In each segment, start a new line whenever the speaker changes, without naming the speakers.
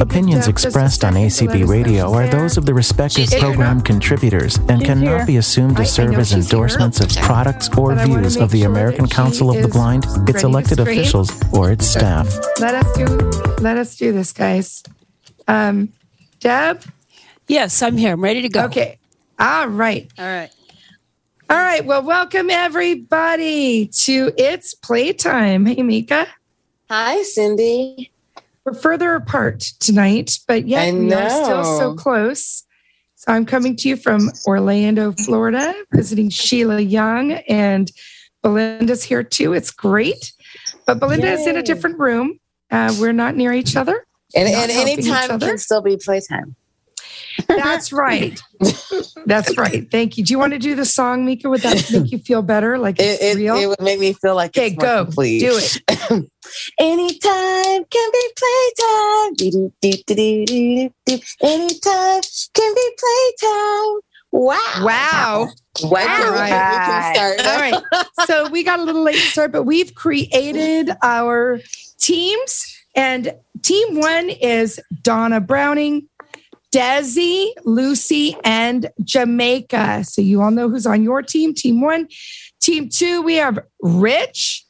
opinions expressed on ACB radio are those of the respective
She's here.
program contributors and
She's
cannot
here.
be assumed
I- I
to serve
know
as
she's here.
endorsements of
Check.
products or
But I wanna
views
make
of the
sure that
American
she
Council of the
is
Blind,
ready
its
to
elected
scream.
officials, or its staff.
Let us do let us do this, guys. Um, Deb.
Yes, I'm here. I'm ready to go.
Okay. All right.
All right.
All right. Well, welcome everybody to It's Playtime. Hey, Mika.
Hi, Cindy.
We're further apart tonight, but yet
I
we are still so
know.
close. So I'm coming to you from Orlando, Florida, visiting Sheila Young, and Belinda's here too. It's great. But Belinda is in a
Yay.
different room. Uh, we're not near each other.
And,
Not
and any
helping each
time
other.
can still be playtime.
That's right. That's right. Thank you. Do you want to do the song, Mika? Would that make you feel better? Like
It,
it's
it,
real?
it would make me feel like
okay,
it's more
go.
complete.
Do it.
Anytime can be playtime. Do-do-do-do-do-do-do. Anytime can be playtime. Wow.
Wow.
Wow.
right.
We can start.
All right. So we got a little late start, but we've created our teams. And team one is Donna Browning, Desi, Lucy, and Jamaica. So you all know who's on your team, team one. Team two, we have Rich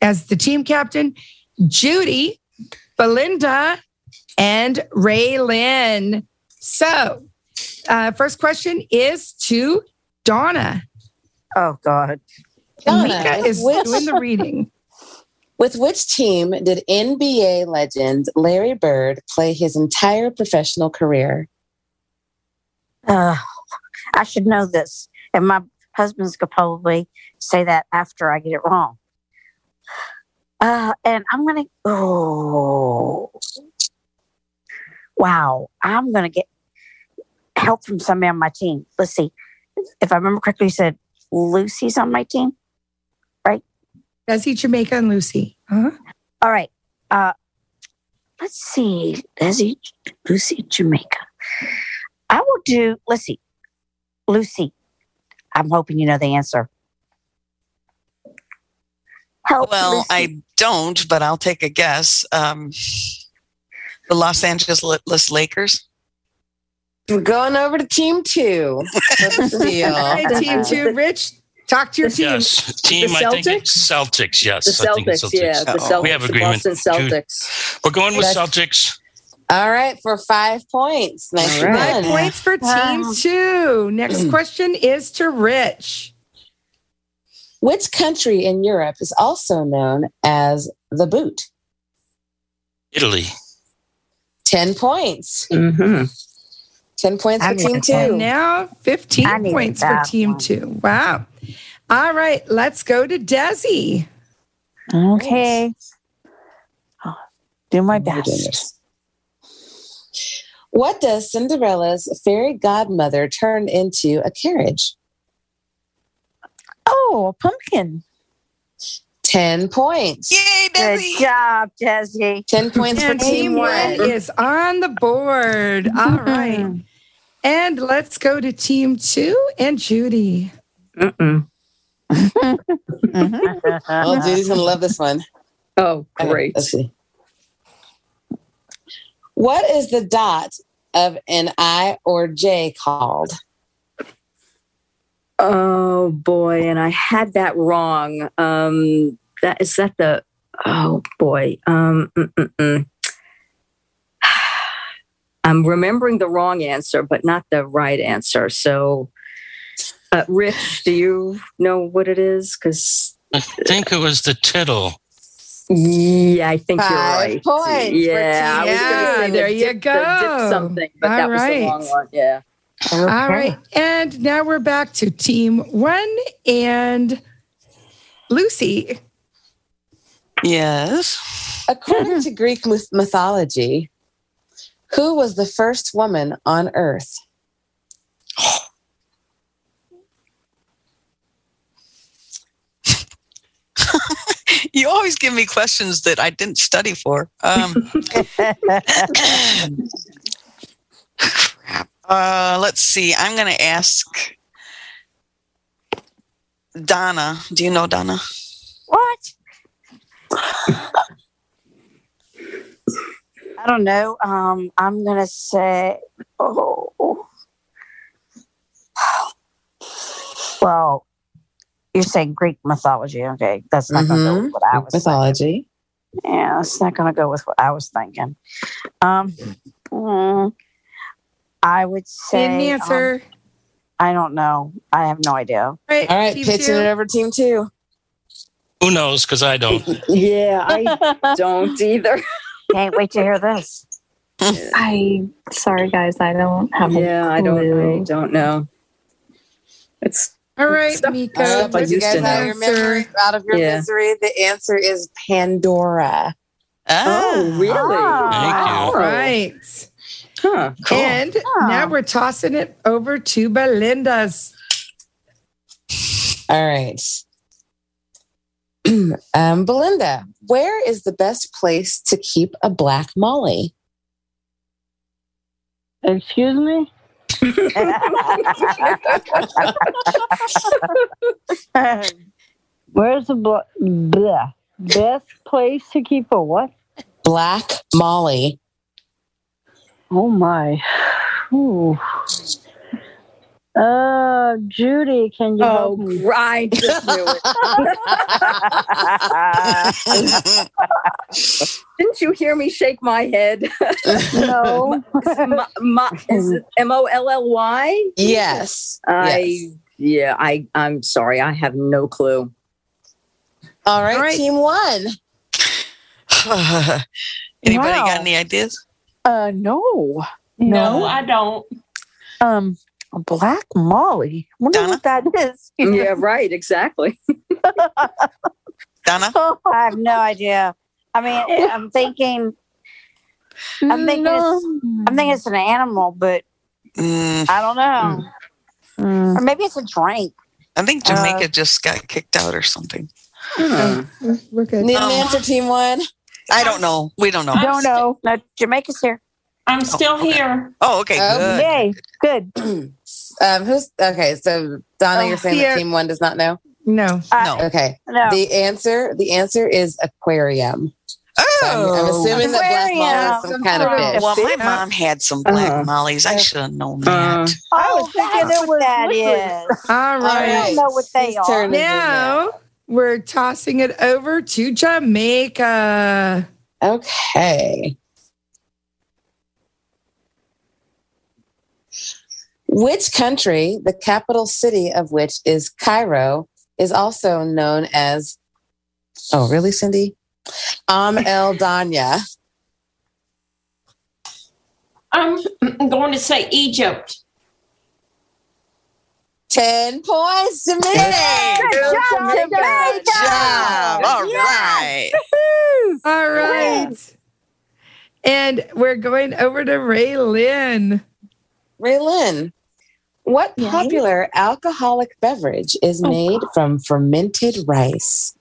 as the team captain, Judy, Belinda, and Ray Lynn. So, uh, first question is to Donna.
Oh God.
And
Donna,
Mika is
which-
doing the reading.
With which team did NBA legend Larry Bird play his entire professional career?
Uh, I should know this. And my husband's could probably say that after I get it wrong. Uh, and I'm gonna oh wow. I'm gonna get help from somebody on my team. Let's see. If I remember correctly, you said Lucy's on my team.
Desi, Jamaica, and Lucy. Uh-huh.
All right. Uh, let's see. Desi, Lucy, Jamaica. I will do. Let's see. Lucy, I'm hoping you know the answer. Help,
Well,
Lucy.
I don't, but I'll take a guess. Um, the Los Angeles Lakers.
We're going over to team two. Let's see.
All right, team two, Rich, talk to your team.
Yes, team. I think it's Celtics. Yes,
The
I think it's
Celtics, yeah, the
Oh,
Celtics,
we have
the
agreement.
Boston
Two-
Celtics.
We're going with
That's-
Celtics.
All right, for five points. Nice
All right. Hmm.
one.
Five points for team
Wow.
two. Next question is to Rich.
Which country in Europe is also known as the boot?
Italy.
10 points.
Mm-hmm.
10 points
I
for team
need
two.
And now 15
I needed
points for
Ah.
that
team
one.
two. Wow. All right, let's go to Desi.
okay. Oh, do my
Oh my
best.
goodness. What does Cinderella's fairy godmother turn into a carriage?
Oh, a pumpkin.
10 points.
Yay,
Good
Desi!
job, Desi.
10 points for
And
team one. Mm-hmm.
is on the board. All right. And let's go to team two and Judy.
Mm-mm.
Oh,
Uh-huh.
Judy's going to love this one.
Oh,
Okay,
great.
Let's see. What is the dot of an I or J called?
Oh boy, and I had that wrong. Um, that is that the oh boy. Um, mm, mm, mm. I'm remembering the wrong answer, but not the right answer. So, uh, Rich, do you know what it is? Because
I think it was the tittle.
yeah, I think you're
Five
right.
points for
Yeah, I was gonna
team.
say
Yeah,
the
there you
dip- the dip
go.
something, but
All
that was
right.
the wrong one. Yeah.
All right. And now we're back to team one and Lucy.
Yes.
According to Greek myth- mythology, who was the first woman on Earth?
You always give me questions that I didn't study for. Um, crap. Uh, let's see. I'm going to ask Donna. Do you know Donna?
What? I don't know. Um, I'm gonna say, oh, well, you're saying Greek mythology. Okay, that's not gonna
Mm-hmm.
go with what I was.
Mythology.
Thinking. Yeah, that's not gonna go with what I was thinking. Um, mm, I would say
Didn't
um,
answer.
I don't know. I have no idea.
All right,
team
pitching
two.
it over team two.
Who knows? Because I don't.
Yeah, I don't either.
Can't wait to hear this.
I sorry guys, I don't have. a
yeah, I don't. I
clue.
don't know. It's
All right,
I don't know
Mika.
if I
what's
used to
the
know.
answer?
out of
Yeah.
misery. The answer is Pandora.
Ah.
oh really?
Oh,
Thank
All right.
Huh.
Cool.
And
Oh.
now we're tossing it over to Belinda's.
All right. um, Belinda, where is the best place to keep a black Molly?
Excuse me. Where's the bl- bleh. best place to keep a what?
Black Molly.
Oh my. Ooh. Uh, Judy, can you
Oh,
help me?
gr- I just knew it. Didn't you hear me shake my head?
No.
M- m- is it M O L L Y?
yes.
I
Yes.
yeah. I I'm sorry. I have no clue.
All right,
All right.
team one.
Anybody
Wow.
got any ideas?
Uh, no.
No, I don't.
um, Black Molly. Wonder what that is.
yeah, right. Exactly.
Donna?
I have no idea. I mean, I'm thinking, I'm thinking, it's, I'm thinking it's an animal, but
Mm,
I don't know. Or maybe it's a drink.
I think
Uh,
Jamaica just got kicked out or something.
Huh.
We're good.
Need
Um,
an answer, team one.
I don't know. We don't know.
I'm
don't
st-
know. No, Jamaica's here.
I'm still
okay.
here.
Oh, okay.
Oh,
good.
Yay! Good. Oh,
Um, who's okay? So Donna, you're saying
here.
that team one does not know.
No.
No.
Okay.
No.
The answer. The answer is aquarium. So I'm, I'm
Oh.
assuming that black Molly is some
Aquarium.
kind of fish.
well, my
Yeah.
mom had some black
Uh-huh.
mollies. I should have known that.
oh,
I was thinking
that's
it
what
was
that
liquid.
is.
All
I
right.
don't know what they
Whose turn
are.
is it
Now we're tossing it over to Jamaica.
Okay. Which country, the capital city of which is Cairo, is also known as, oh, really, Cindy? Am El Danya.
I'm going to say Egypt.
10 points to me.
Good job, Jamaica.
Good job. All right.
All right. And we're going over to Ray Lynn.
Raylan, what
Yeah.
popular alcoholic beverage is
Oh,
made from fermented rice?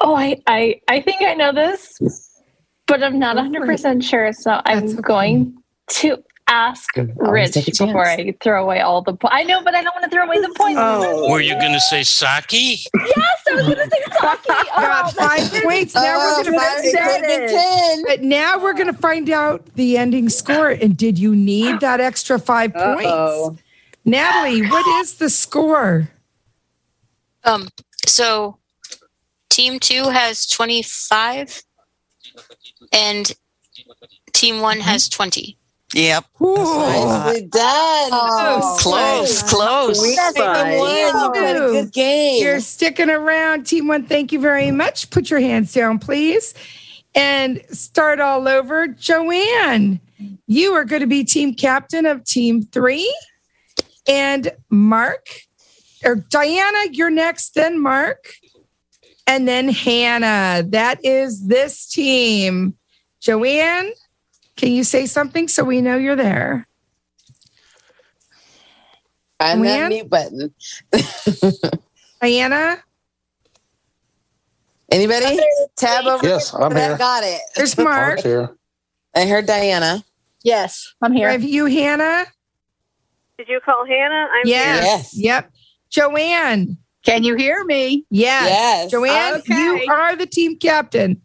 Oh, I, I, I think I know this, but I'm not 100% sure. So I'm
That's okay.
going to ask
Always
Rich
take a chance.
before I throw away all the points. I know, but I don't want to throw away the points.
Oh.
Were you going to say sake?
Yes, I was going to say sake.
Got
Oh,
five points. Now
Oh,
we're going
five,
to
six,
find out.
seven, ten.
But now we're going to find out the ending score. And did you need that extra five
Uh-oh.
points? Natalie, what is the score?
Um, so team two has 25 and team one
Mm-hmm.
has 20.
Yep.
Ooh.
Nicely done.
Oh,
Close,
good.
close.
We-
That's
Bye.
game one. You played a good game.
You're sticking around, Team One. Thank you very much. Put your hands down, please, and start all over. Joanne, you are going to be team captain of Team Three, and Mark or Diana, you're next. Then Mark, and then Hannah. That is this team. Joanne, can you say something so we know you're there?
Find
Win.
that mute button.
Diana,
Anybody? Tab over.
Yes, I'm
that
here.
got it.
there's
Mark's
Mark.
here.
I heard Diana.
yes, I'm
Here.
here.
Have you, Hannah?
Did you call Hannah? I'm
Yes.
Yes.
Yep. Joanne, Can you hear me? Yes.
Yes.
Joanne,
Okay.
you are the team captain.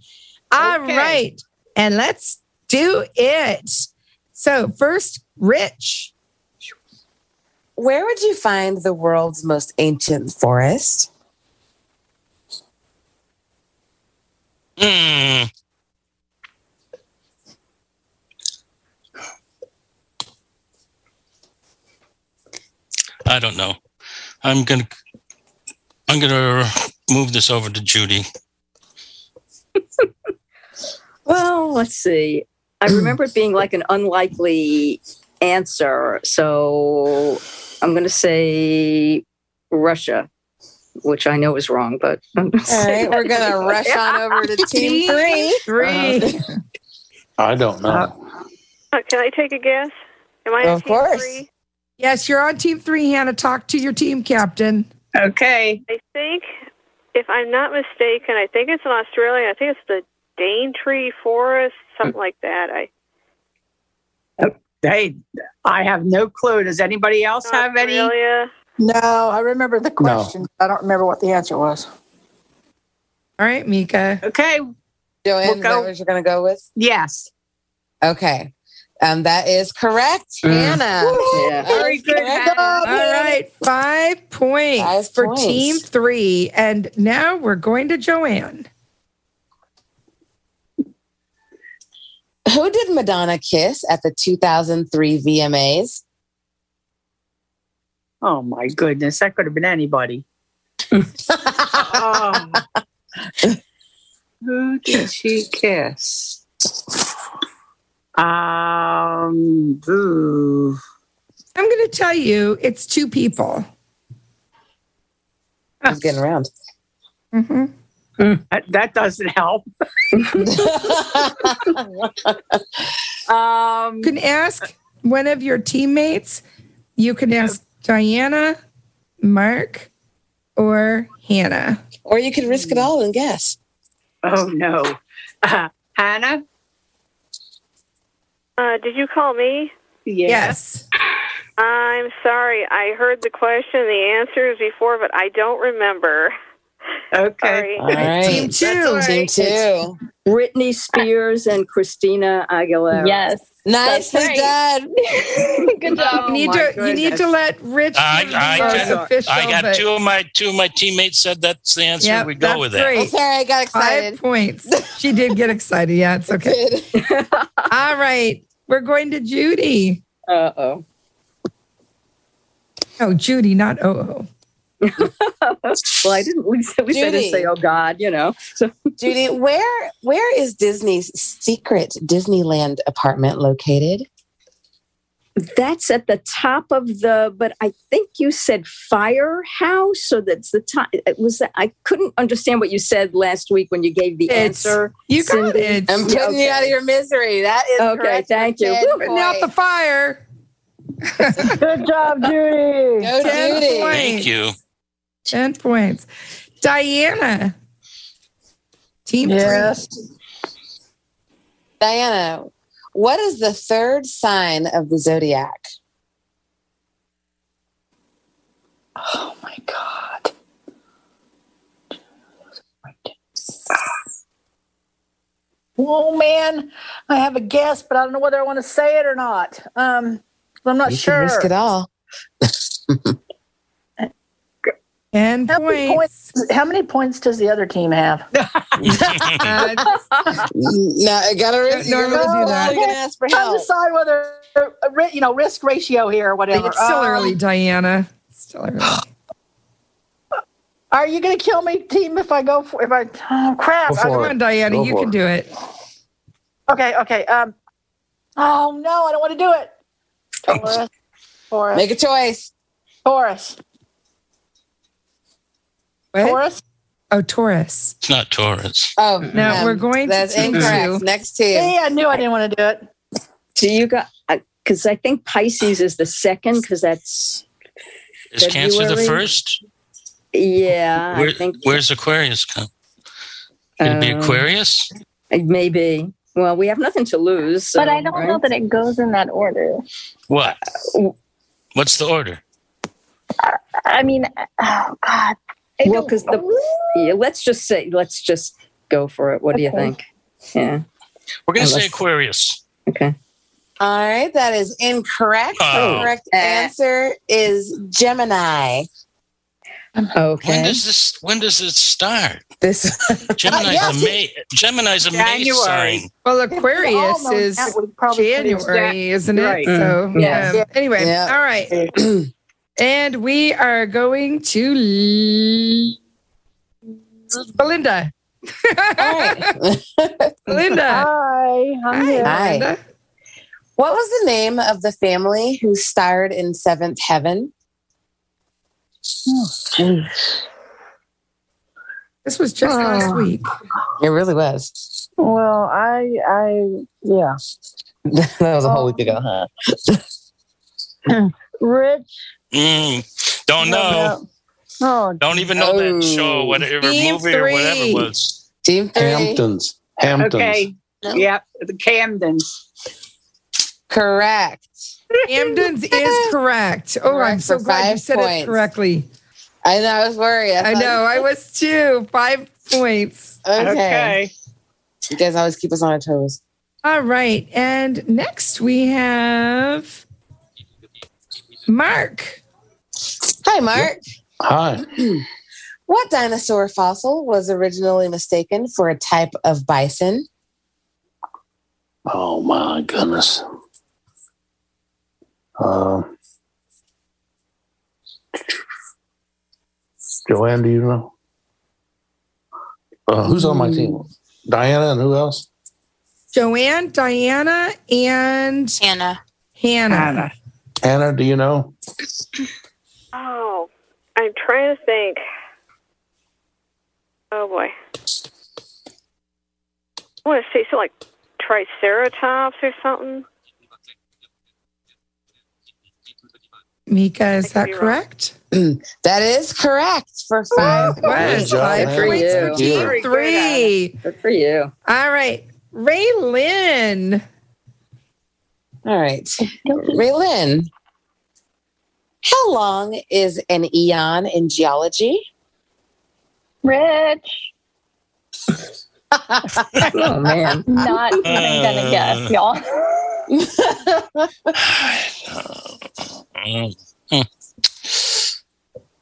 All right, And let's do it. So, first, Rich.
Where would you find the world's most ancient forest?
Hmm. I don't know. I'm gonna I'm gonna move this over to Judy.
Well, let's see. I remember it being like an unlikely answer. So I'm going to say Russia, which I know is wrong, but I'm gonna
All
say
right, we're gonna rush on over to team three. Uh-huh. Uh,
Three.
I don't know.
Uh,
Oh, can I take a guess? Am I on
Of
team
course.
three?
Yes, you're on team three, Hannah. Talk to your team captain. Okay.
I think, if I'm not mistaken, I think it's in Australia. I think it's the Daintree Forest, something like that. I
Hey, I have no clue. Does anybody else have any?
No, I remember the question. I don't remember what the answer was.
All right, Mika.
Okay. Joanne, is that what you're gonna go with?
Yes.
Okay. Um, that is correct, Hannah. That is
Very good.
correct.
All right, five points for
points.
team three. And now we're going to Joanne.
Who did Madonna kiss at the 2003 VMAs?
Oh my goodness, that could have been anybody. Oh. Who did she kiss? Um, ooh.
I'm going to tell you it's two people.
He's getting around.
Mm-hmm.
Mm, That, that doesn't help.
Um, you can ask one of your teammates. You can ask Diana, Mark, or Hannah.
Or you could risk it all and guess.
Oh no. Uh, Hannah?
Uh, did you call me?
Yes.
I'm sorry. I heard the question, and the answers before, but I don't remember.
Okay.
All right.
Team
That's all right. Team two.
Britney Spears and Christina Aguilera.
Yes.
Nicely done.
Good
Oh
You need
Oh
to you need to let Rich.
I
give
I,
the votes
got-
official,
I got
but-
two of my two of my teammates said that's the answer.
Yep,
we go
that's
with
great.
that.
sorry, I got
excited. Five points. She did get excited. Yeah, it's okay. All right, we're going to Judy.
Uh oh.
Oh, Judy, not oh.
well, I didn't. At least I didn't
Judy.
say, "Oh God," you know. So,
Judy, where where is Disney's secret Disneyland apartment located?
That's at the top of the, but I think you said firehouse. So that's the time. It was, I couldn't understand what you said last week when you gave the
It's-
answer.
you got it. I'm putting you out of your misery. That is
Okay,
correct for
thank you.
10
Woo.
Putting out the
fire.
Good job, Judy.
Go,
Ten
Judy.
points.
Thank you.
Ten points. Diana. Team
Yes.
three.
Diana, what is the third sign of the zodiac?
Oh man, I have a guess, but I don't know whether I want to say it or not. Um, I'm not
you
sure.
can risk it all.
And
how many points? How many points does the other team have?
no, I gotta risk.
No,
you're
no,
gonna-
no,
you're gonna ask for
I'll
help.
decide whether uh, ri- you know risk ratio here or whatever.
It's still
Um,
early, Diana. It's still early.
Are you going to kill me, team? If I go for if I oh, crap,
Go Come on, Diana. you can do it.
Okay, okay. Um, oh no, I don't want to do it. Taurus, Taurus,
Make a choice.
Taurus,
What?
Taurus.
Oh, Taurus.
It's not Taurus.
Oh
No, we're going to
That's
team two.
incorrect. Next team.
Yeah, I knew I didn't want to do it.
do you got? Because I think Pisces is the second. Because that's
Is Cancer the
February.
first?
Yeah,
Where-
I think
where's Aquarius come? Could it be
Um,
Aquarius?
maybe. Well, we have nothing to lose.
but I don't know that it goes in that order.
What? What's the order?
I mean, oh God,
Well, because the yeah, let's just say let's just go for it. What do you
Okay.
think? Yeah.
We're going to say
Yeah, Oh, let's-
Aquarius.
Okay.
All right, that is incorrect.
Oh.
The correct answer is Gemini.
Okay.
When does this? When does it start?
This
Gemini's
Yes,
a May. Gemini's a May sign.
Well, Aquarius
known
is
that, we'd probably put it exact-
January, isn't it?
Right.
So,
Mm, yeah.
um, anyway,
Yeah.
all right. and we are going to l- Belinda.
Oh. Linda.
Hi. I'm here.
Hi. What was the name of the family who starred in Seventh Heaven?
Oh, This was just
Oh.
last week.
It really was.
Well, I, I, yeah.
that was a whole week ago, huh?
Rich.
Mm, don't know.
Oh,
Don't even know that show, whatever
Oh,
Team
movie or whatever it
three.
was.
Team
Hamptons. Hamptons.
Okay. Yep. The Camdens.
Correct.
Camden's is correct. Oh, I'm so
for
glad you
five
said
points.
it correctly.
I know. I was worried.
I,
thought-
know. I was too. Five points.
Okay. You guys always keep us on our toes.
All right. And next we have Mark.
Hi, Mark.
Hi.
What dinosaur fossil was originally mistaken for a type of bison?
Oh my goodness. Uh, Joanne, do you know? Uh, who's on my
Hmm.
team? Diana and who else?
Joanne, Diana, and
Hannah.
Hannah.
Hannah, do you know?
Oh, I'm trying to think. Oh boy. I want to say something like Triceratops or something.
Mika, is that
wrong.
correct?
That is correct for five
Good
points.
job, Five Hannah. points for Good team deal. three.
Good for you.
All right. Ray Lynn.
All right. Raylin, how long is an eon in geology?
Rich.
Oh man.
Not even gonna guess,
Uh.
y'all.
Mm, mm.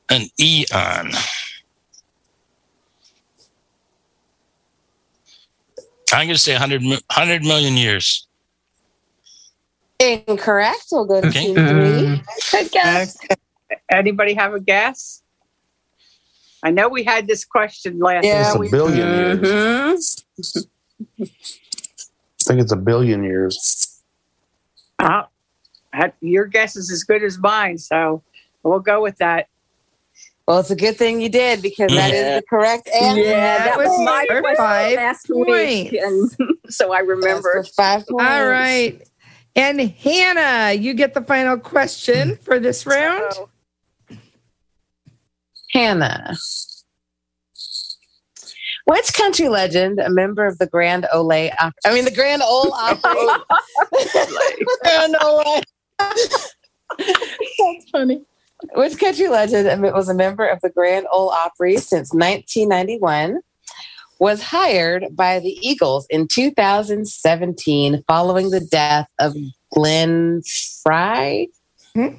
An eon. I'm going to say 100, mi- 100 million years.
Incorrect. We'll go to
Okay.
team
Mm.
three.
Good guess.
Uh, Anybody have a guess? I know we had this question last.
it's a billion
Mm-hmm.
years. I think it's a billion years.
Uh, that- your guess is as good as mine, so we'll go with that.
Well, it's a good thing you did because that is
Yeah.
the correct
Yeah,
answer.
that was my
for
question
five
last week, and so I remember.
Five points.
All right. And Hannah, you get the final question
Mm.
for this round.
Hannah. Which country legend, a member of the Grand Ole, Op- I mean the Grand Ole Opry, Grand Ole. That's funny. Which country legend um, was a member of the Grand Ole Opry since 1991? Was hired by the Eagles in 2017 following the death of Glenn Fry. Hmm?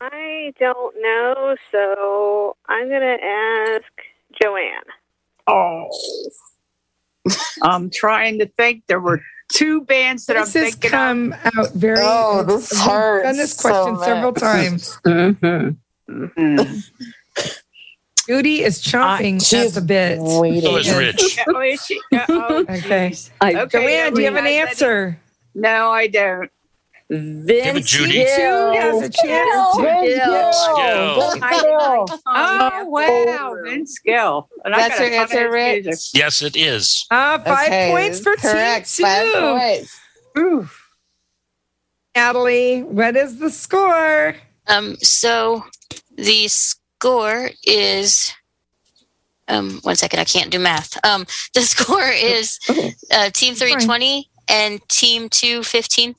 I don't know, so I'm going to ask Joanne.
Oh, I'm trying to think. There were two bands that
This
I'm
has
thinking
come out very.
Oh, this
we've
hurts
Done this
so
question
much.
several times. Judy is chomping at the bit.
So is Rich.
Oh, is she? Uh, oh,
Okay.
I,
okay,
Joanne, do you have an
everybody.
answer?
No, I don't.
Vince
Judy.
Gill.
Judy has a chance.
Gill.
Vince
Gill.
Oh wow, Vince Gill. And I
That's
got a
your
ton of
answer,
his
Rich?
music.
Yes, it is.
Uh, five
Okay,
points for
correct.
team two.
Five points.
Natalie, what is the score?
Um, so the score is um one second, I can't do math. Um the score is uh team three twenty and team two fifteen.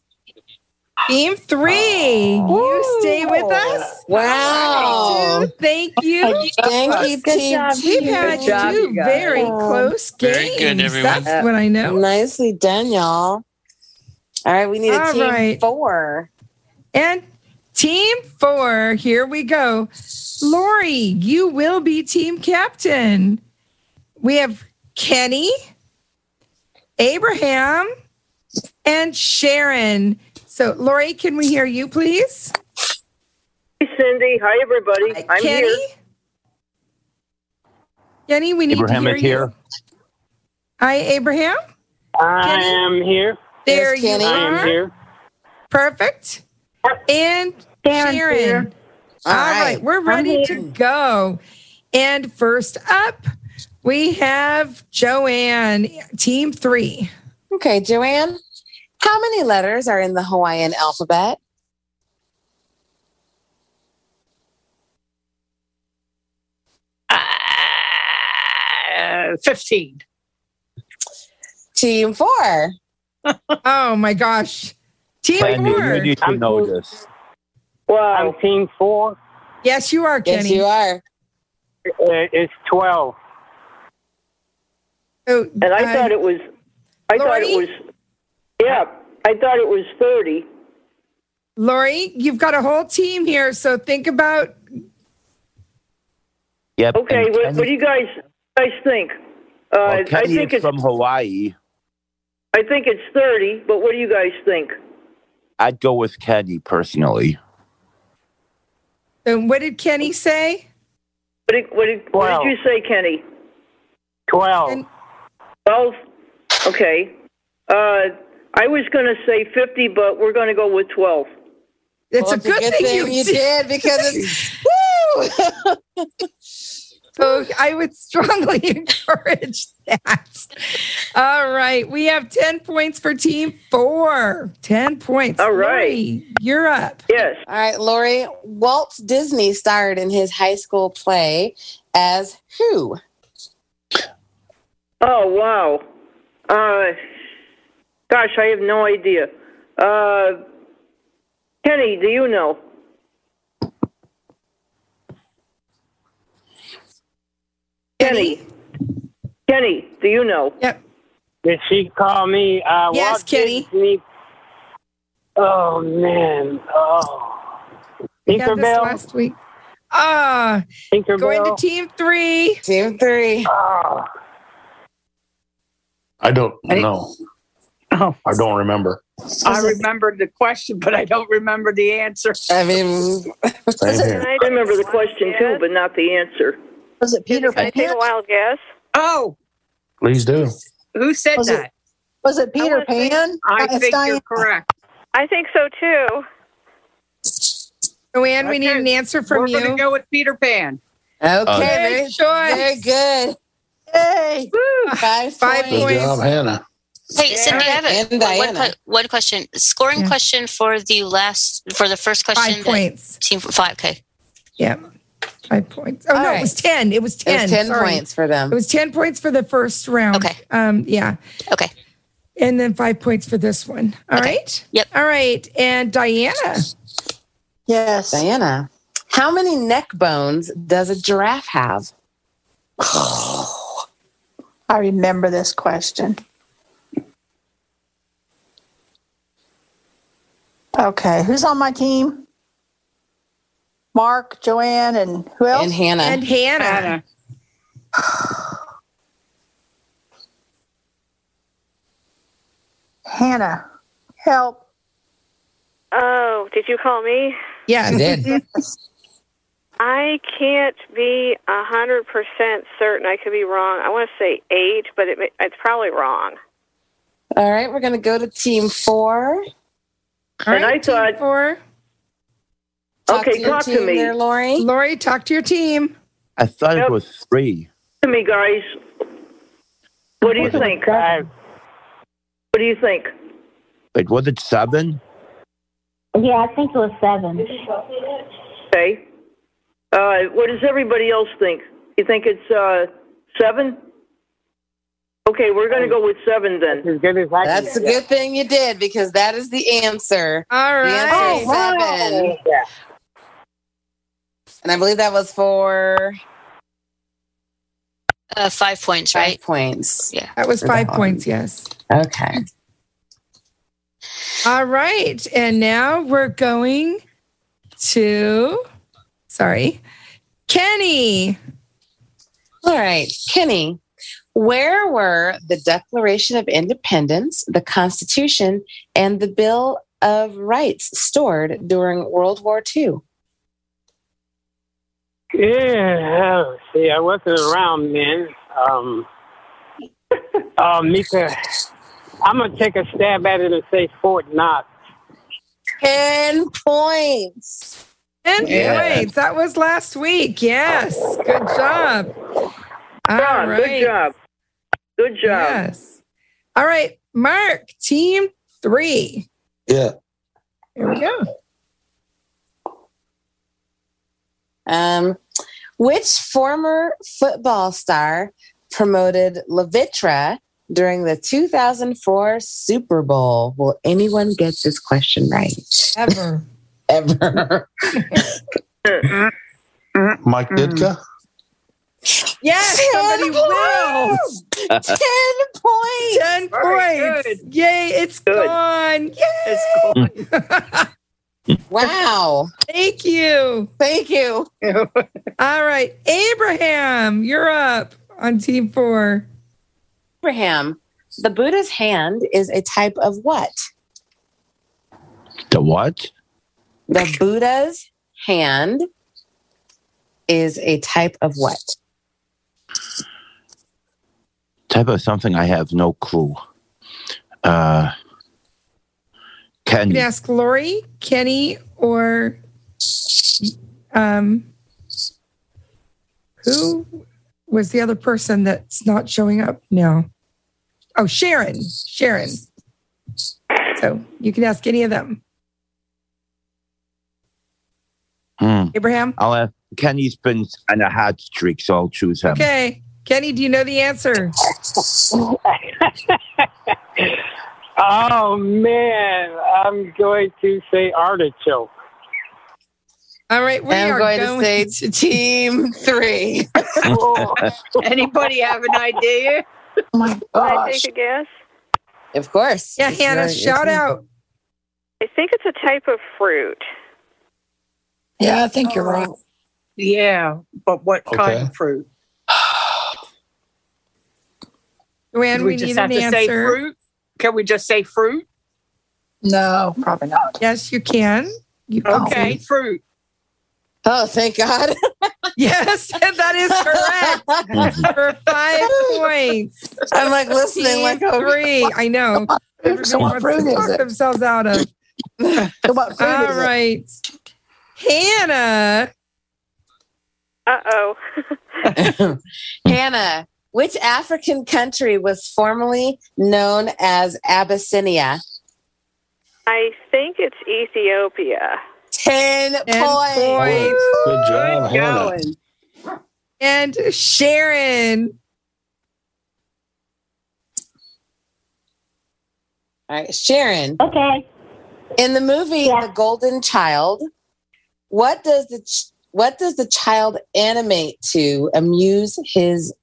Theme three. You stay
Oh.
with us.
Wow.
Two. Thank you.
Thank you,
Good job,
team.
We've had
Good job,
two
you guys.
very
Wow.
close
Very
games.
good, everyone.
That's what I know.
Nicely done, y'all. All right, we need a
All
team
right.
four.
And team four, here we go. Lori, you will be team captain. We have Kenny, Abraham, and Sharon. So, Lori, can we hear you, please?
Hey, Cindy. Hi, everybody. I'm
Kenny?
here.
Kenny, we need
Abraham
to hear
is
you.
here.
Hi, Abraham.
I
Kenny?
am here.
There you
I am
are.
here.
Perfect. And Sharon.
Sharon's here.
All
All
right.
right.
We're
I'm
ready to
here.
go. And first up, we have Joanne, team three.
Okay, Joanne, how many letters are in the Hawaiian alphabet?
Uh, 15.
Team four.
oh my gosh. Team
Brandy,
four.
you need to know this.
Wow. I'm team four.
Yes, you are, Kenny.
are.
Uh, It's 12.
Oh,
And I thought it was, I thought it
Lori?
was, yeah, I thought it was 30.
Lori, you've got a whole team here. So think about
Yep.
Okay,
and
what,
Kenny-
what do you guys, guys think? Uh,
well,
I
Kenny
think
is
it's,
from Hawaii.
I think it's 30, but what do you guys think?
I'd go with Kenny personally.
then what did Kenny say?
What did, what did, what did you say, Kenny? 12. 12? Okay. Uh, I was going to say 50, but we're going to go with 12.
It's
Well,
a
it's
good, thing, you did
because it's
woo. so I would strongly encourage that. All right, we have ten points for team four. Ten points.
All right.
Lori, you're up.
Yes.
All right, Lori, Walt Disney starred in his high school play as who?
Oh, wow. Uh, gosh, I have no idea. Uh, Kenny, do you know? Kenny? Kenny, do you know?
Yep.
Did she call me? Uh,
Yes,
Walt Disney- Oh man! Oh,
We had this
Tinkerbell?
last week. Ah, going to team three.
Team three.
I don't
I didn't- Oh.
know. I don't remember.
I remember the question, but I don't remember the answer.
I mean,
Same here.
I remember the question too, but not the answer.
was it Peter
Can I
Pan?
wild guess.
Oh,
Please do.
who said
Was it-
that?
Was it Peter Pan? Uh,
I
It's
think
Diane.
you're correct.
I think so too.
Joanne, we need an answer from
We're
you.
going to go with Peter Pan.
Okay,
Uh,
very, very good.
Hey,
Five,
Five
points.
Good job, Hannah.
Hey, Cindy, I have a,
And
one- one,
Diana.
que- one question. Scoring question for the last for the first question.
Five
that-
points.
Team five. Okay.
Yeah. Five points. Oh
All
no,
right.
it was ten. It was
It was
ten.
10
Sorry.
points for them.
It was ten points for the first round. Okay. Um, yeah.
Okay.
And then five points for this one. All right.
Yep.
All right. And Diana.
Yes.
Diana, how many neck bones does a giraffe have?
I remember this question. Okay, who's on my team? Mark, Joanne, and who else?
And Hannah.
And Hannah.
Hannah, help.
Oh, did you call me?
Yeah.
I can't be a hundred percent certain. I could be wrong. I want to say eight, but it, ma- it's probably wrong.
All right, we're going to go to team four.
And I thought,
Four.
Talk
Okay,
to your
talk to
team
me.
There, Lori.
Lori, talk to your team.
I thought it was three.
to me, guys, what do you think? What do you think?
Wait, was it seven?
Yeah, I think it was seven.
Okay. Uh, what does everybody else think? You think it's uh, seven? Okay, we're going to go with seven then.
As good as I
That's a good thing you did because that is the answer.
All
The answer is
right.
seven. And I believe that was for
Uh, five points,
five
right?
points.
Yeah.
That was five points, yes.
Okay.
All right. And now we're going to, sorry, Kenny.
All right, Kenny, where were the Declaration of Independence, the Constitution, and the Bill of Rights stored during World War II?
Yeah, oh, see, I wasn't around then. Um, uh, Mika, I'm gonna take a stab at it and say Fort Knox.
10 points.
10
Yeah.
points. That was last week. Yes. Good job. All right.
John, good job. Good job.
Yes. All right. Mark, team three.
Yeah.
Here we go.
Um, which former football star promoted Levitra during the 2004 Super Bowl? Will anyone get this question right?
Ever.
Ever.
Mike
Mm-hmm.
Ditka?
Yes, somebody will.
10
points.
10
Very
points. Yay, it's gone. Yay.
wow.
Thank you.
Thank you.
All right. Abraham, you're up on team four.
Abraham, the Buddha's hand is a type of what?
The what?
The Buddha's hand is a type of what?
Type of something I have no clue. Uh,
You
Ken,
can ask Lori, Kenny, or um, who was the other person that's not showing up now? Oh, Sharon. Sharon. So you can ask any of them.
hmm.
Abraham.
I'll have Kenny's been on a hot streak, so I'll choose him.
Okay. Kenny, do you know the answer?
Oh man, I'm going to say artichoke.
All right, we
I'm
are
going,
going-
to say t- team three.
Anybody have an idea?
my
Can I take a guess?
Of course.
Yeah, Hannah,
Right,
shout
it's-
out.
I think it's a type of fruit.
Yeah, I think you're right. Yeah, but what kind of fruit?
Joanne,
Do
we,
we just
need
have
an
to
answer.
say fruit? Can we just say fruit?
No, probably not.
Yes, you can. You can
Okay,
say-
fruit.
Oh, thank God.
Yes, that is correct for five points.
I'm like listening,
Team
like, oh,
three. I know. Everybody
so
wants
what fruit
to
is
talk
it?
themselves out of.
All
is it?
right, Hannah.
Uh oh.
Hmm.
Hannah, which African country was formerly known as Abyssinia?
I think it's Ethiopia.
10
Ten
points.
points.
Good job, Hannah.
And Sharon.
All right, Sharon.
Okay.
In the movie The Golden Child, what does the ch- what does the child animate to amuse his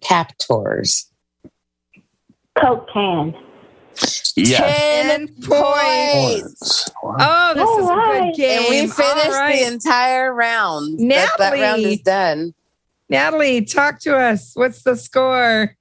captors?
Coke can.
Ten points.
points.
Oh, this is a good game.
And we
All
finished
right.
the entire round. That, that
Natalie.
round is done.
Natalie, talk to us. What's the score?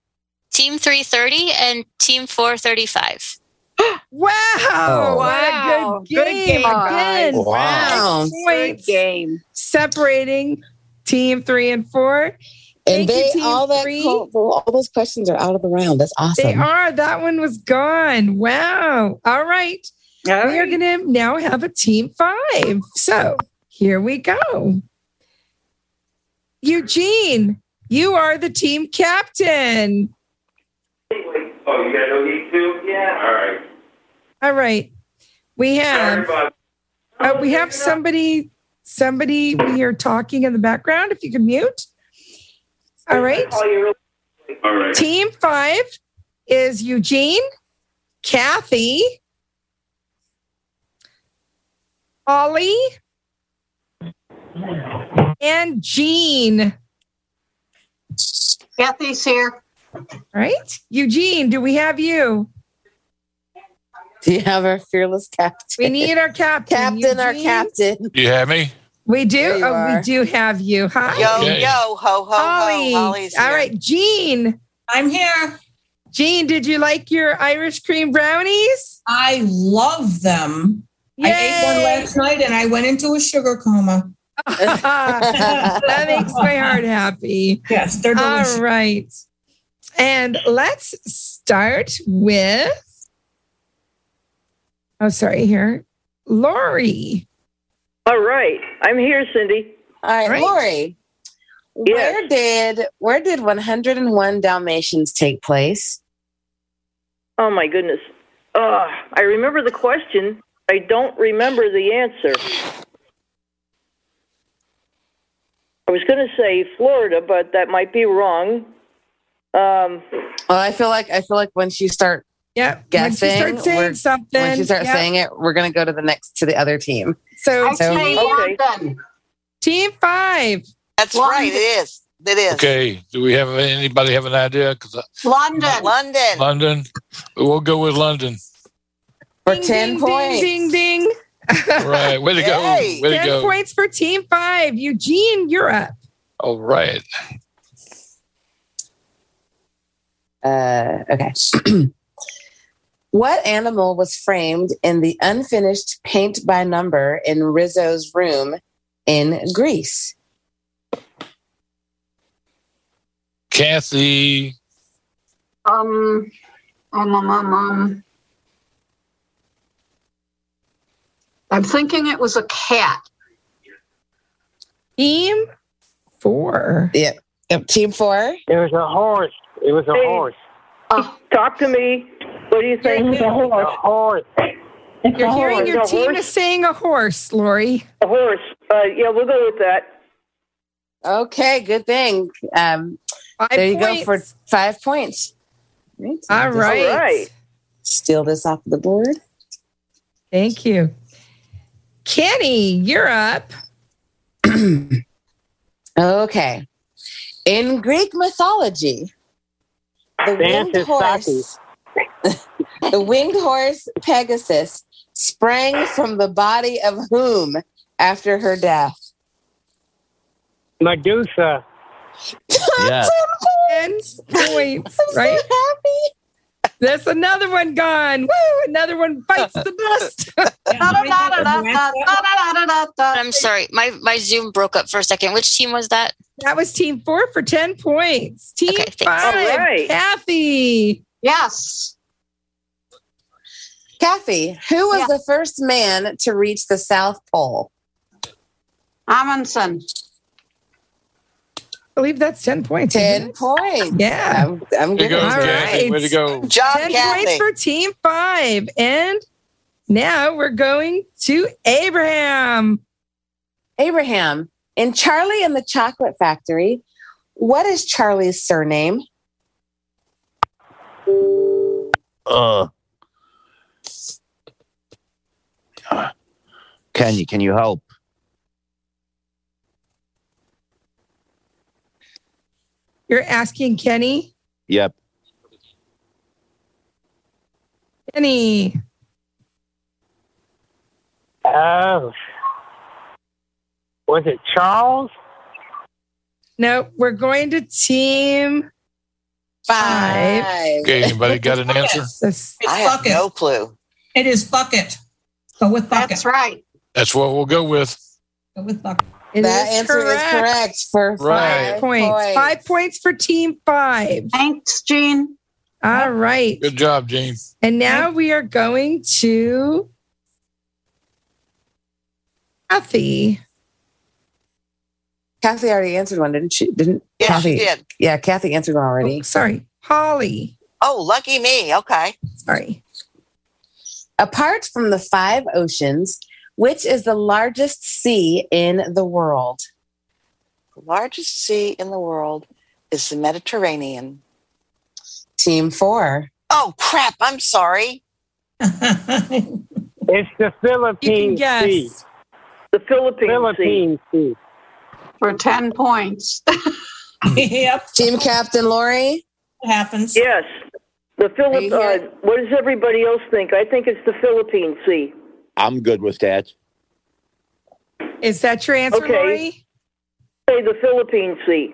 Team 330 and Team 435.
Wow.
Wow.
What a good
Good
game.
game, guys.
Again.
Wow.
Six Points game. Separating team three and four.
And
Thank you,
they
team
all that
three.
co- all those questions are out of the round. That's awesome.
They are. That one was gone. Wow. All right.
All
we are
right.
going to now have a team five. So here we go. Eugene, you are the team captain.
Oh, you gotta go eat too? Yeah. All right.
All right. We have uh, we have somebody somebody we hear talking in the background. If you can mute. All right.
Call you real- All right.
Team five is Eugene, Kathy, Ollie, and Jean.
Kathy's here.
All right. Eugene, do we have you?
Do you have our fearless captain?
We need our captain.
Captain, our captain.
You have me?
We do.
There you
Oh,
are.
we do have you. Hi.
Yo, Okay. yo, ho, ho, ho.
Ollie.
Ollie's
All
here.
right, Jean.
I'm here.
Jean, did you like your Irish cream brownies?
I love them. I ate one
Yay.
last night and I went into a sugar coma.
that makes my heart happy.
Yes, they're delicious.
All right. And let's start with Oh, sorry, here. Lori.
All right. I'm here, Cindy.
All right,
Right.
Lori. Where did where did 101 Dalmatians take place?
Oh my goodness. Uh, I remember the question. I don't remember the answer. I was going to say Florida, but that might be wrong. Um,
Well, I feel like I feel like once you start
yeah
guessing,
start saying
we're-
something,
once you start
yeah.
saying it, we're gonna go to the next to the other team.
So,
okay.
Team five.
That's right. It is. It is.
Okay. Do we have anybody have an idea? 'Cause I-
London. London.
London. We'll go with London.
For
ten
points.
Ding ding. ding.
Right. Way to go.
Yay.
Way to
ten
go.
points for team five. Eugene, you're up.
All right.
Uh, okay. what animal was framed in the unfinished paint by number in Rizzo's room in Greece?
Kathy.
Um, um, um, um, um. I'm thinking it was a cat.
Team four.
Yep. Yep. Team four.
It was a horse. It was a
Hey.
horse.
Talk to me. What do you think?
It's a horse. A horse.
You're
a
hearing
horse.
your
A
team
Oh, horse?
is saying a horse, Lori.
A horse. Uh, yeah, we'll go with that.
Okay, good thing. Um, there you go for five points. Right.
All right. All right.
Steal this off the board.
Thank you. Kenny, you're up.
Okay. In Greek mythology, the winged
Dance is
horse, the winged horse Pegasus sprang from the body of whom after her death?
Medusa.
Yeah.
Ten points, right? That's another one gone. Woo! Another one bites the dust.
I'm sorry. My my Zoom broke up for a second. Which team was that?
That was team four for 10 points. Team five,
All right.
Kathy.
Yes.
Kathy, who was the first man to reach the South Pole?
Amundsen.
I believe that's 10 points.
10 points.
Yeah.
I'm, I'm
Way to
good.
go, Kathy. Way to go.
Job,
10 points for team five. And now we're going to Abraham.
Abraham, in Charlie and the Chocolate Factory, what is Charlie's surname?
Uh. Kenny, can you help?
You're asking Kenny.
Yep.
Kenny.
Oh. Was it Charles?
No, we're going to team five.
Okay. Anybody got an answer?
This-
It's bucket.
No clue.
It is bucket. Go with bucket.
That's right.
That's what we'll go with.
Go with bucket.
It
that
is
answer
correct.
is correct for
Right.
five
points.
points.
Five points for team five.
Thanks, Gene.
All right.
Good job, Gene.
And now we are going to Kathy.
Kathy already answered one, didn't she? Didn't
Yeah, she
Kathy?
did.
Yeah, Kathy answered one already.
Oh, sorry, Holly.
Oh, lucky me. Okay.
Sorry.
Apart from the five oceans, which is the largest sea in the world?
The largest sea in the world is the Mediterranean.
Team four.
Oh, crap. I'm sorry.
It's the Philippine Sea.
The Philippines.
Philippine Sea.
For 10 points.
yep. Team Captain Lori.
Happens.
Yes. The Philip. Uh, what does everybody else think? I think it's the Philippine Sea.
I'm good with that.
Is that your answer,
Okay.
Lori?
Say the Philippine Sea.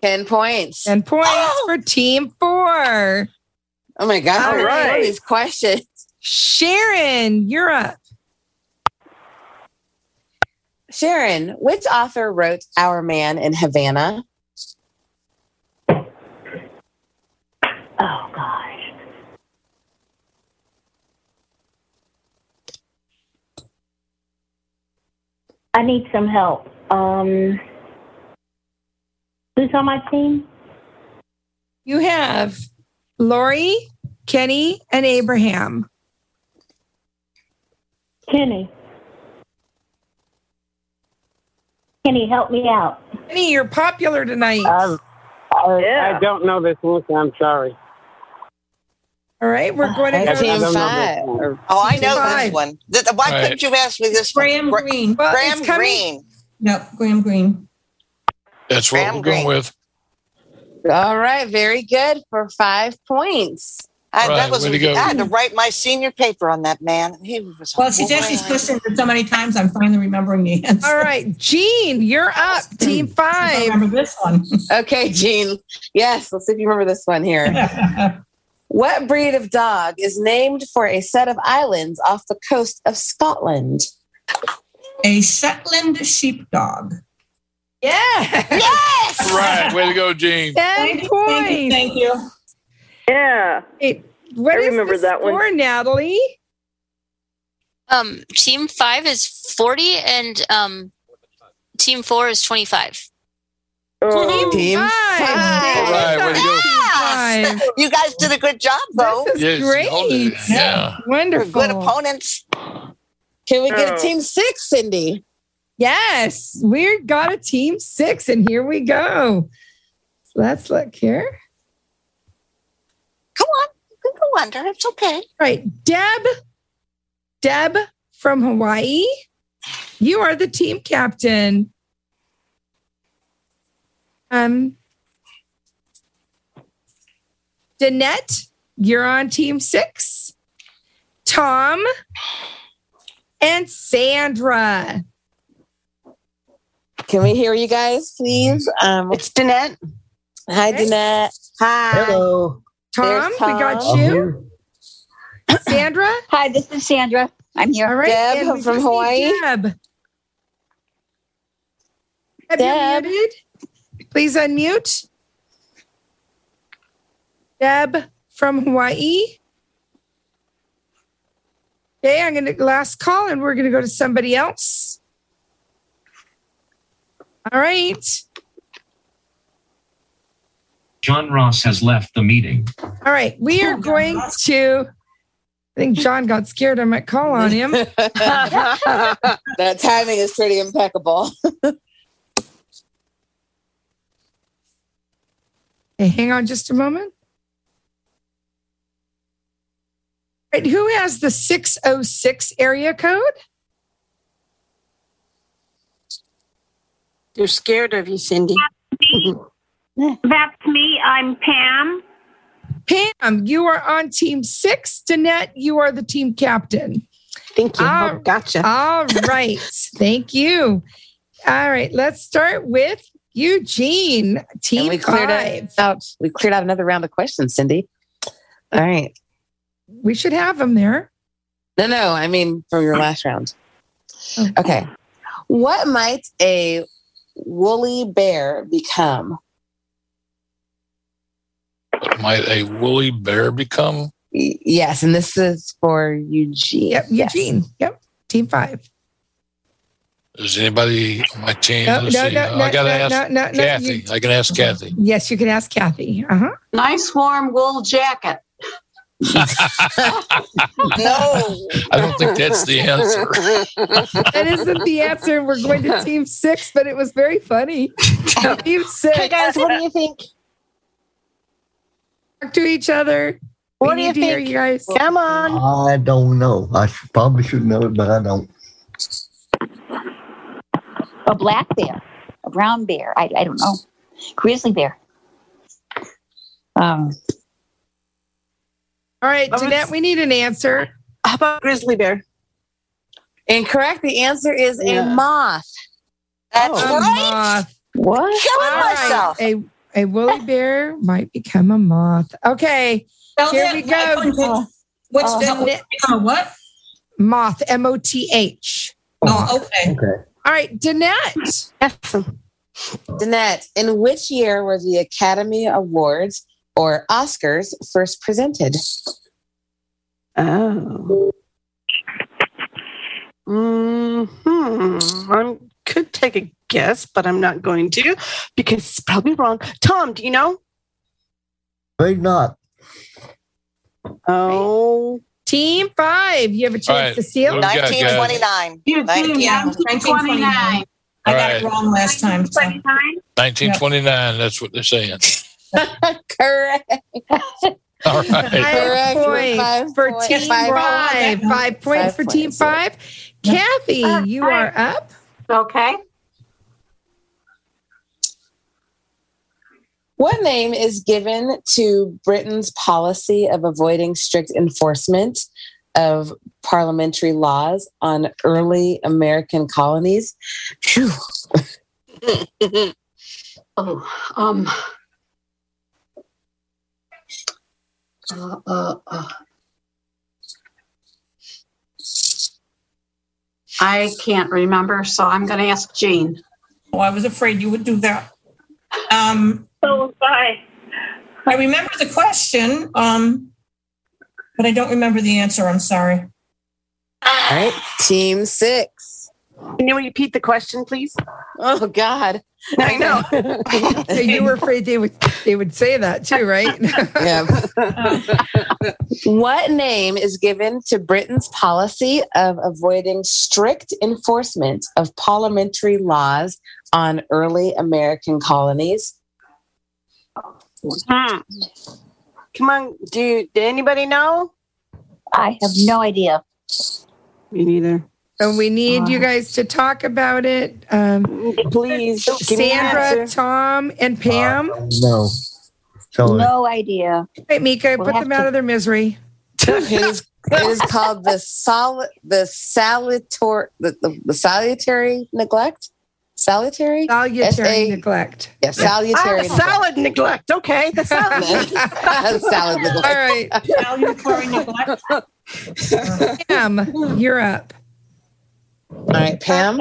10 points.
10 points for
Oh!
team four.
Oh my God.
All
All
right.
right. These questions.
Sharon, you're up.
Sharon, which author wrote Our Man in Havana?
Oh gosh. I need some help. Um, who's on my team?
You have Lori, Kenny, and Abraham.
Kenny. Kenny, help me out.
Kenny, you're popular tonight.
I, I don't know this answer. I'm sorry.
All right, we're going to
I
go
don't know this
Oh,
one.
I know this one. Th- th- Why
All
couldn't
right.
you ask me this one?
Graham
Gra-
Greene. Well,
Graham
it's coming-
Green.
Nope, Graham Green.
That's what
Graham
we're going
Greene.
with.
All right. Very good for five points.
I,
Right,
that was
way to go.
I had to write my senior paper on that man. He was
Well, she says she's questioned it so many times, I'm finally remembering the answer.
All right, Gene, you're up. Team
I
five.
remember this one.
Okay, Gene. Yes, let's see if you remember this one here. what breed of dog is named for a set of islands off the coast of Scotland?
A Shetland sheepdog.
Yeah.
Yes.
Right, way to go, Gene.
Ten points.
Thank you.
Yeah.
It, what
I
is
remember
the
that one.
score, Natalie?
Um, team five is 40 and um, team four is 25.
Team
five.
Right, way to go.
Yes. You guys did a good job, though.
This is
Yes, you hold it.
great.
Yeah.
Wonderful.
Good opponents.
Can we get
Oh.
a team six, Cindy?
Yes, we got a team six, and here we go. Let's look here.
Come on. You can go under. It's okay.
All right, Deb, Deb from Hawaii, you are the team captain. Um, Danette, you're on team six. Tom and Sandra.
Can we hear you guys, please?
Mm-hmm.
Um, it's Danette. Hi,
Okay.
Danette. Hi.
Hello.
Tom,
There's
we got
Tom.
you. Sandra.
Hi, this is Sandra. I'm here.
All right,
Deb
and we
from
just need
Hawaii.
Deb. Deb,
Deb.
You're muted. Please unmute. Deb from Hawaii. Okay, I'm going to last call and we're going to go to somebody else. All right.
John Ross has left the meeting.
All right. We are going to. I think John got scared. I might call on him.
that timing is pretty impeccable.
Hey, hang on just a moment. All right, who has the 606 area code?
They're scared of you, Cindy.
That's me. I'm Pam.
Pam, you are on team six. Danette, you are the team captain.
Thank
you. All,
gotcha.
all right. Thank you. All right. Let's start with Eugene, team
And we cleared
five.
out. We cleared out another round of questions, Cindy. All right.
We should have him there.
No, no. I mean, from your last round. Okay. What might a woolly bear become?
Might a woolly bear become?
Y- Yes, and this is for Eugene.
Yep.
Yes.
Eugene. Yep. Team five.
Is anybody on my team?
No,
Let's
no,
see.
no,
Uh,
no,
I gotta
no,
ask
no, no, no,
Kathy. I can ask Kathy.
Yes, you can ask Kathy. Uh huh.
Nice warm wool jacket.
No.
I don't think that's the answer.
That isn't the answer. We're going to team six, but it was very funny. team six.
Hey guys, what do you think?
talk to each other. What do you think, you guys? Come on.
I don't know. I sh- probably should know it, but I don't.
A black bear, a brown bear. I, I don't know. Grizzly bear.
Um,
All right, Jeanette, we need an answer.
How about grizzly bear? Incorrect. The answer is a moth.
That's
Oh.
right.
What?
Killing myself.
A a woolly bear might become a moth. Okay.
Spell
here
that
we
right
go.
on page- what's that-
Uh-huh. Uh, What? Moth. M O T H.
Oh, okay.
Okay.
All right, Danette.
Danette, in which year were the Academy Awards or Oscars first presented?
Oh. Hmm. I could take a guess, but I'm not going to because it's probably wrong. Tom, do you know?
Maybe not.
Oh.
Team five, you have a chance
right,
to seal.
what do we got, guys? 1929.
Yeah, 1929. I
All
got it
right.
wrong last time. so.
1929. That's what they're saying.
Correct.
All right.
Five
Correct.
points
Five
for
points.
team
Five.
five. Five, points
Five
for team five. Kathy,
Uh,
you are up.
Okay.
What name is given to Britain's policy of avoiding strict enforcement of parliamentary laws on early American colonies? Phew.
oh, um. Uh, uh, uh. I can't remember, so I'm going to ask Jean.
Oh, I was afraid you would do that. Um, so I. I remember the question, um, but I don't remember the answer. I'm sorry.
All right, team six.
Can you repeat the question, please?
Oh, God. I know.
So you were afraid they would they would say that too, right?
yeah. What name is given to Britain's policy of avoiding strict enforcement of parliamentary laws on early American colonies?
Hmm. Come on, do, do anybody know?
I have no idea.
Me neither. Uh-huh.
And we need you guys to talk about it. Um,
Please, give me an
Sandra,
answer.
Tom, and Pam.
Uh, No. Sorry.
No idea.
Hey, Mika,
We'll
put
have
them out
to-
of their misery.
it is it is called the solid the salutary the, the, the salutary neglect salutary
Salutary
S-A-
neglect.
yeah salutary
Ah, salad neglect. Okay, the salad.
neglect. salad
All
neglect.
right, Pam, you're up.
all right pam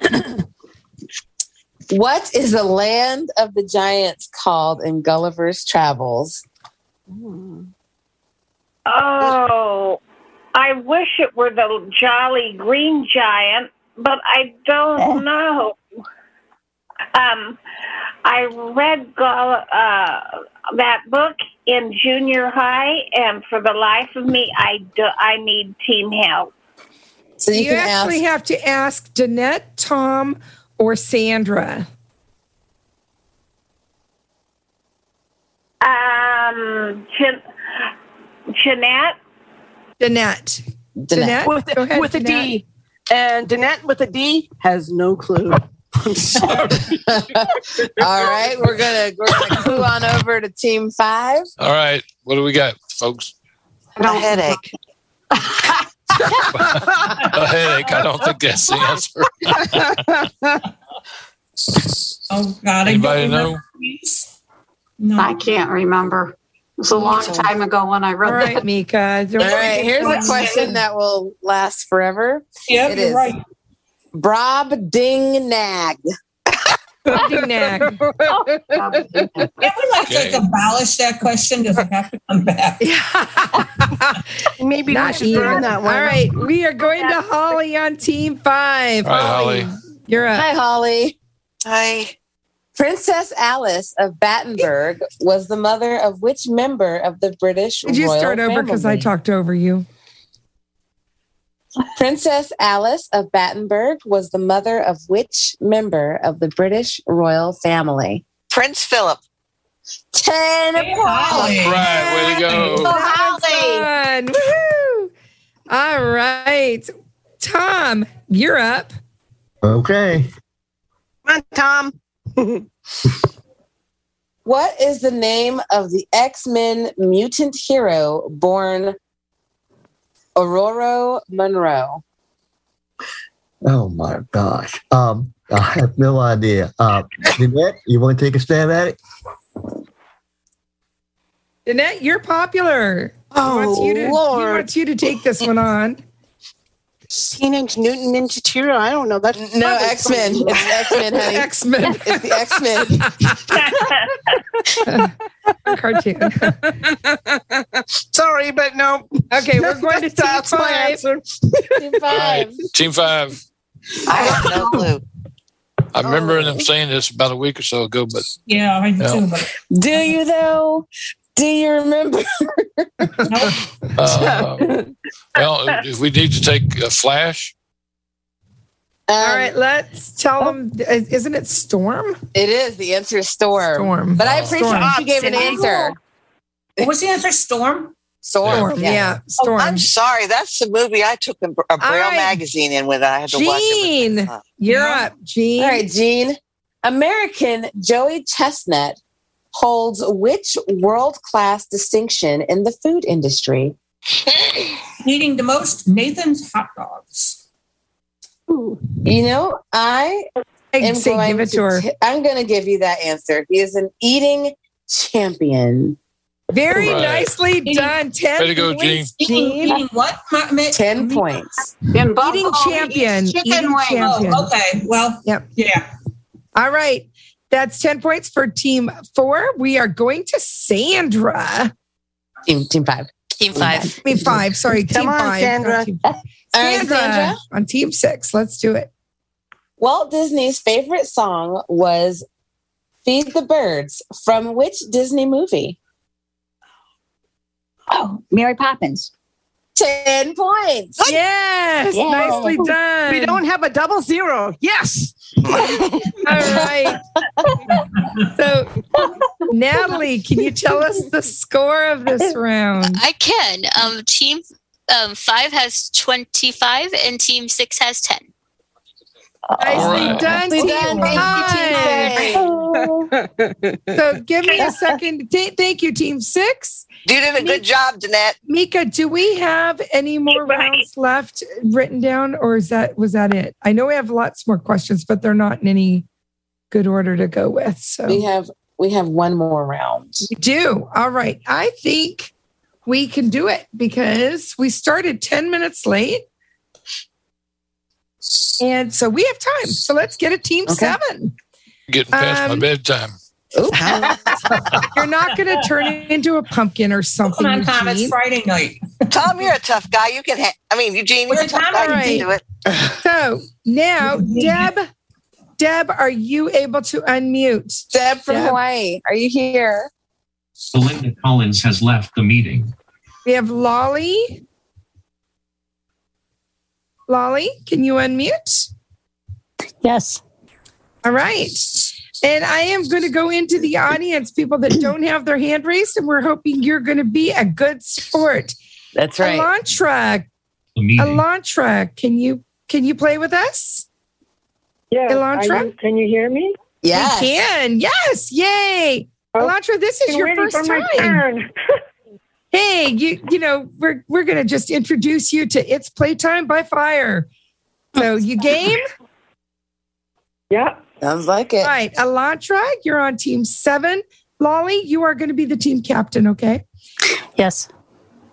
what is the land of the giants called in gulliver's travels
Oh, I wish it were the jolly green giant, but I
Eh.
don't know. Um, I read Gall- uh, that book in junior high, and for the life of me, I do- I need team help.
so you,
you
can
actually
ask
have to ask Danette, Tom, or Sandra.
Um, Jan- Jeanette,
Danette.
Danette.
with,
Go ahead,
with a
Danette.
D. And Danette with a D has no clue. I'm sorry.
all right we're gonna we're gonna clue on over to team five
All right. What do we got, folks?
A headache.
A headache. I don't think that's the answer.
Oh God! I
Anybody
don't
know?
remember these. No.
I can't remember. It was a long time ago when I
All
read
right,
that.
Mika.
all right here's a question that will last forever
Yeah,
It
you're
is.
right.
brob ding nag
Nag.
Can we like,
Okay.
like abolish that question? Does it have to come back?
Maybe we
Not
should
even.
burn that
All
one.
right, we are going to Holly on team five.
All right, Holly.
You're up.
hi holly
Hi.
Princess Alice of Battenberg was the mother of which member of the British
Did you
royal
start over because I
family?
talked over you?
Princess Alice of Battenberg was the mother of which member of the British royal family?
Prince Philip.
Ten
All right, way to go.
Holly. Woohoo. All right. Tom, you're up.
Okay.
Come on, Tom. what is the name of the X Men mutant hero born Aurora Monroe?
Oh my gosh. Um, I have no idea. Uh, Jeanette, you want to take a stab at it?
Danette, you're popular. Oh, wants you to, he
Lord.
wants you to take this one on.
Teenage Newton Ninja Turtle. I don't know. Oh, That's
No, X Men. It's X Men, honey.
X Men.
It's the X Men.
Cartoon.
Sorry, but no.
Okay, we're going to top
That's my
five.
answer.
Five. Team five.
I have no clue.
I remember them saying this about a week or so ago, but
Yeah, I do.
Yeah.
But
Do you though? Do you remember?
uh, well, if we need to take a flash.
All right, let's tell
Um,
them. Isn't it Storm?
It is. The answer is storm.
Storm. Oh.
But I appreciate
Storm.
you gave an answer.
What was the answer? Storm?
Storm.
Storm, yeah.
Oh, I'm sorry. That's the movie I took a, a Braille
right.
magazine in with. I had to watch it.
Gene, you're up, Gene.
All right, Gene. American Joey Chestnut holds which world class distinction in the food industry?
Eating the most Nathan's hot dogs.
You know, I am
say
going
give it
to,
to her.
t- I'm going to give you that answer. He is an eating champion.
Very
Right.
nicely done. Ten
Way to go,
points,
Gene.
Eating, eating what? Ma- ma-
10 points.
In
Eating champion. Eating champion.
Oh, okay. Well,
Yep.
yeah.
All right. That's 10 points for team four. We are going to Sandra.
Team, team five.
Team five.
I mean, five. Sorry,
Come
team
on,
five.
Sandra.
not team-
All right,
Sandra,
Sandra.
on team six. Let's do it.
Walt Disney's favorite song was Feed the Birds from which Disney movie?
Oh, Mary Poppins.
10 points.
Yes,
Yeah.
nicely done.
We don't have a double zero. Yes.
All right. so, Natalie, can you tell us the score of this round?
I can. Um, team um, five has 25 and team six has 10.
Nicely
Alright.
done,
Nicely
team
done. Thank
five. So, give me a second. Th- thank you, team six.
You did a good job, Danette.
Mika, do we have any more rounds left written down, or is that was that it? I know we have lots more questions, but they're not in any good order to go with. So
We have we have one more round.
We do. All right. I think we can do it because we started 10 minutes late. And so we have time. So let's get a team seven.
Getting past
Um,
my bedtime.
You're not going to turn it into a pumpkin or something.
Come on, Tom. It's
Eugene.
Friday night.
Tom, you're a tough guy. You can. Ha- I mean, Eugene, you're a tough guy. You can do it.
So now, Deb, Deb, are you able to unmute?
Deb from
Deb.
Hawaii, are you here?
Belinda Collins has left the meeting.
We have Lolly. Lolly, can you unmute?
Yes.
All right. And I am going to go into the audience, people that don't have their hand raised, and we're hoping you're going to be a good sport.
That's
Elantra,
The meeting.
Elantra, can you can you play with us?
Yeah.
Elantra?
are you- can you hear me?
Yes.
We can. Yes. Yay. Elantra, this is
I'm
your
waiting
first
for my
time.
turn.
Hey, you you know, we're we're gonna just introduce you to It's Playtime by Fire. So you game?
Yeah.
Sounds like it.
All right. Elantra, you're on team seven. Lolly, you are gonna be the team captain, okay?
Yes.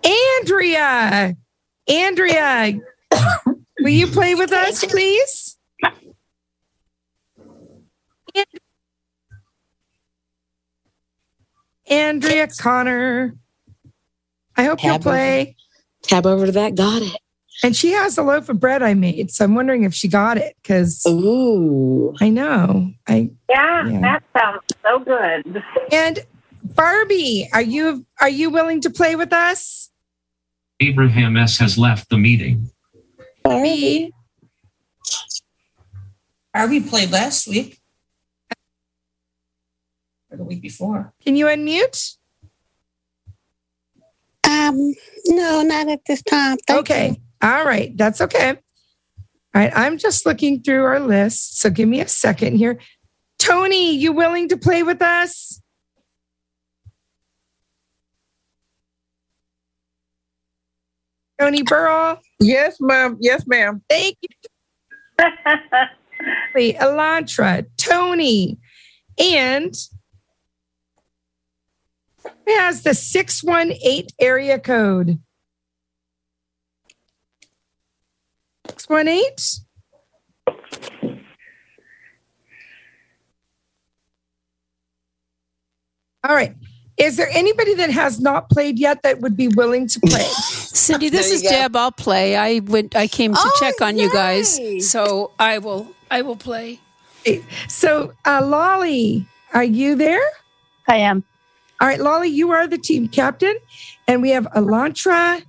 Andrea. Andrea, will you play with us, please? Andrea Connor. I hope you'll
Tab over.
play.
Tab over to that. Got it.
And she has a loaf of bread I made. So I'm wondering if she got it because
Ooh.
I know. I
Yeah,
Yeah.
that sounds so good.
and Barbie, are you are you willing to play with us?
Abraham S. has left the meeting.
Barbie.
Harvey played last week. or the week before.
Can you unmute?
Um, no, not at this time.
okay. All right. That's okay. All right. I'm just looking through our list. So give me a second here. Tony, you willing to play with us? Tony Burrell?
Yes, ma'am. Yes, ma'am.
Thank you. Elantra, Tony, and it has the 618 area code. 618? All right. Is there anybody that has not played yet that would be willing to play?
Cindy, this
There you
is
go.
Deb. I'll play. I went. I came to
Oh,
check on you
yay.
guys, so I will. I will play.
So, uh, Lolly, are you there? I am. All right, Lolly, you are the team captain, and we have Elantra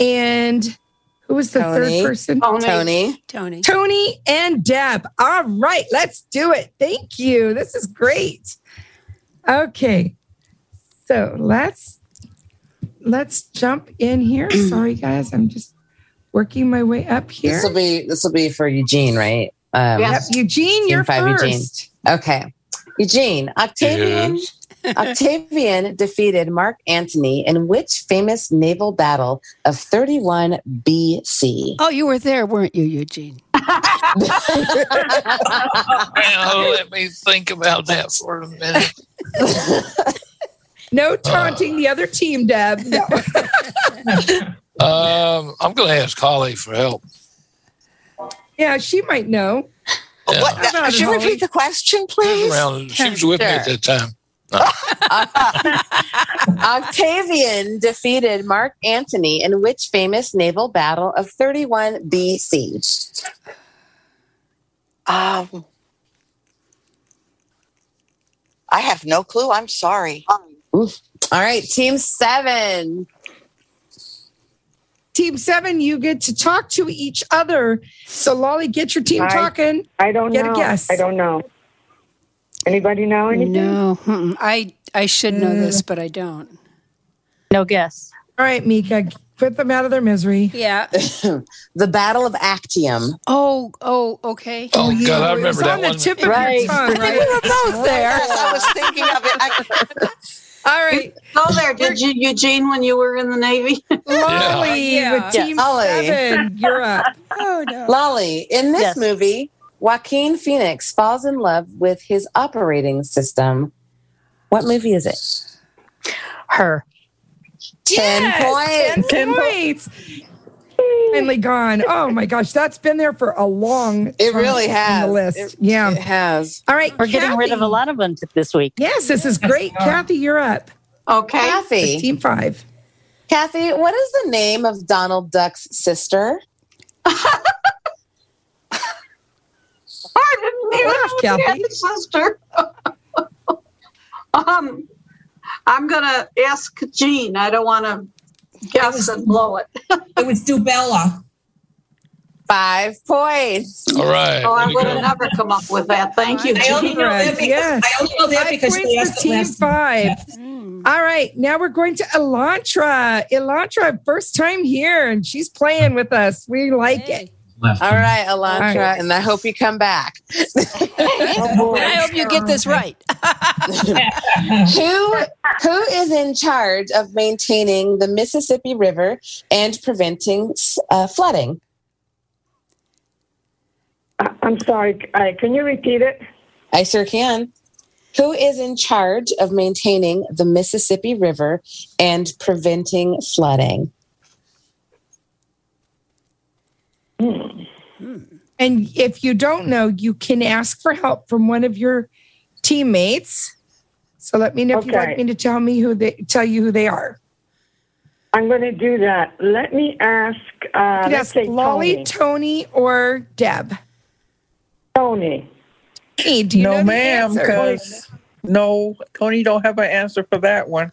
and who was the
Tony.
third person?
Tony. Tony.
Tony.
Tony and Deb. All right, let's do it. Thank you. This is great. Okay, so let's let's jump in here. Sorry, guys, I'm just working my way up here.
This will be this will be for Eugene, right? Um,
Yes. Yep, Eugene,
Team
you're
Eugene.
first.
Okay, Eugene Octavian. Octavian defeated Mark Antony in which famous naval battle of 31 BC?
Oh, you were there, weren't you, Eugene?
Now, let me think about that for a minute.
No taunting the other team, Deb. No.
Um, I'm going to ask Holly for help.
yeah, she might know.
Yeah.
Oh, What,
How about
could you
Holly?
repeat the question, please?
Around, she was with me at that time.
Octavian defeated Mark Antony in which famous naval battle of 31 BC?
Um, I have no clue. I'm sorry.
All right, team seven.
Team seven, you get to talk to each other. So, Lolly, get your team
I-
talking.
I don't
Get
know.
a guess.
I don't know. Anybody know anything?
No, mm-mm. I I should know this, but I don't.
No guess. Uh, All right, Mika, put them out of their misery.
Yeah.
the Battle of Actium.
Oh, oh, okay.
Oh, God, I
it was
remember that
on the
one.
tip of your tongue,
I think we were
right?
Oh,
both there.
Yes, I was thinking of it. I,
All right.
Go there, did you, Eugene, when you were in the Navy?
Lolly with Team
Lolly.
Seven, you're up.
Oh no.
Lolly, in this
Yes.
movie, Joaquin Phoenix falls in love with his operating system. What movie is it?
Her.
Ten points.
Ten points. Finally gone. Oh my gosh, that's been there for a long.
It
time
really
on
has.
the list.
It-
yeah,
it has.
All right,
We're getting rid of a
Kathy.
lot of them this week.
Yes, this is great, Kathy. You're up.
Okay.
It's
Kathy.
team five.
Kathy, what is the name of Donald Duck's sister?
I didn't even
Laugh,
know she
Kathy.
had a sister. um, I'm gonna ask Jean. I don't want to guess and blow it.
It was Dubella.
Five points.
All right.
oh, I
way to
would have
go.
never come up with that. Thank you,
I only
Jean.
know that
Correct,
because,
yes.
I only know that
Five
because they
points
asked
for
it
team
last
five. All right, now we're going to Elantra. Elantra, first time here, and she's playing with us. We like it.
Left
All right, Elantra,
All right.
and I hope you come back.
Oh,
And I hope you get this right.
who who is in charge of maintaining the Mississippi River and preventing uh, flooding?
I- Uh, I'm sorry. I, can you repeat it?
I sure can. Who is in charge of maintaining the Mississippi River and preventing flooding?
Hmm. And if you don't know, you can ask for help from one of your teammates. So let me know if you'd
Okay.
like me to tell me who they tell you who they are.
I'm going to do that. Let me ask.
You
Uh,
can
let's
ask
say
Lolly,
Tony.
Tony, or Deb.
Tony.
Hey, do you know
no,
the
ma'am,
answer?
because no, Tony don't have an answer for that one.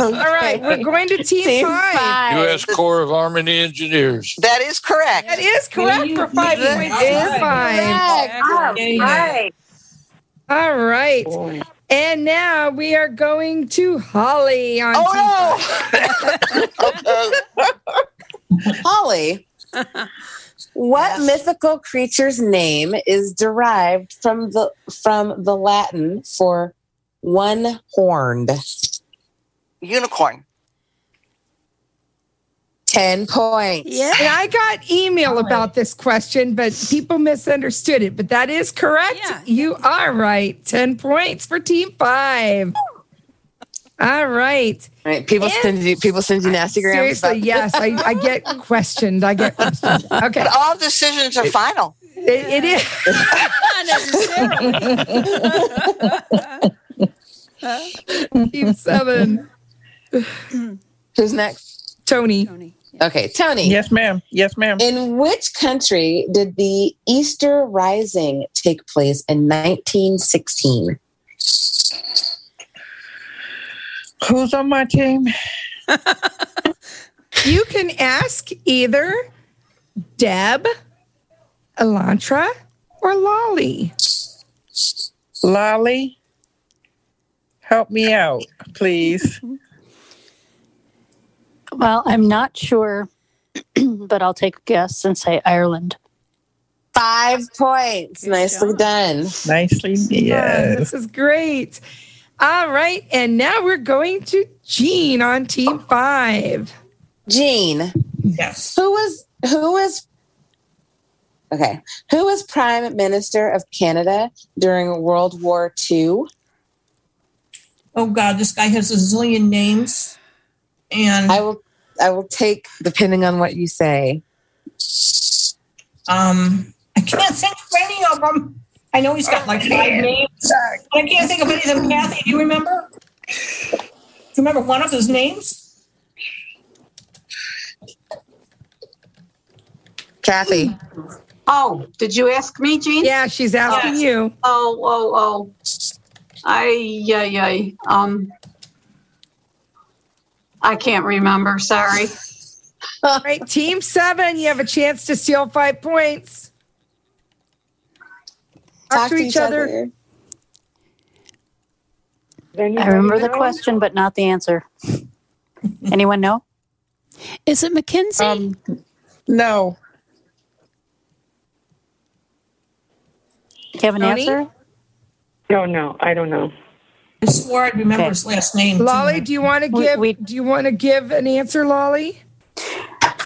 All right, we're going to team,
Team
five.
five.
U.S. Uh, Corps of Army Engineers.
that is correct.
That is correct for five
That
points.
is
Five.
Correct.
All right. right.
All right.
Boy.
And now we are going to Holly on
Holly, what mythical creature's name is derived from the from the Latin for one horned?
Unicorn.
Ten points.
Yeah. And I got email about this question, but people misunderstood it. But that is correct. You are right. 10 points for team five. All right.
All right. People
And-
send you people send you nasty grams.
Seriously,
about-
yes. I, I get questioned. I get questioned. Okay.
But all decisions are final.
It, it is. team seven.
Who's next?
Tony.
Okay, Tony.
Yes, ma'am. Yes, ma'am.
In which country did the Easter Rising take place in 1916?
Who's on my team?
You can ask either Deb, Elantra, or Lolly.
Lolly, help me out, please.
Well, I'm not sure, but I'll take a guess and say Ireland.
Five points. Nicely done.
Nicely,
Yeah, This is great. All right. And now we're going to Jean on team five.
Jean.
Yes.
Who was who was okay? Who was Prime Minister of Canada during World War II?
Oh God, this guy has a zillion names. And
I will I will take depending on what you say.
Um I can't think of any of them. I know he's got like five names. I can't think of any of them. Kathy, do you remember? Do you remember one of his names?
Kathy.
Oh, did you ask me, Jean?
Yeah, she's asking you.
Oh, oh, oh. I, yeah, yeah. Um, I can't remember. Sorry.
All right. Team seven, you have a chance to steal five points. Talk, to, each other.
I remember the question, but not the answer. Anyone know? Um,
Is it McKinsey?
no.
Do you have an
Tony?
answer?
No, no, I don't know.
I swore I'd remember his last name. too.
Lolly, do you want to give do you want to give an answer, Lolly?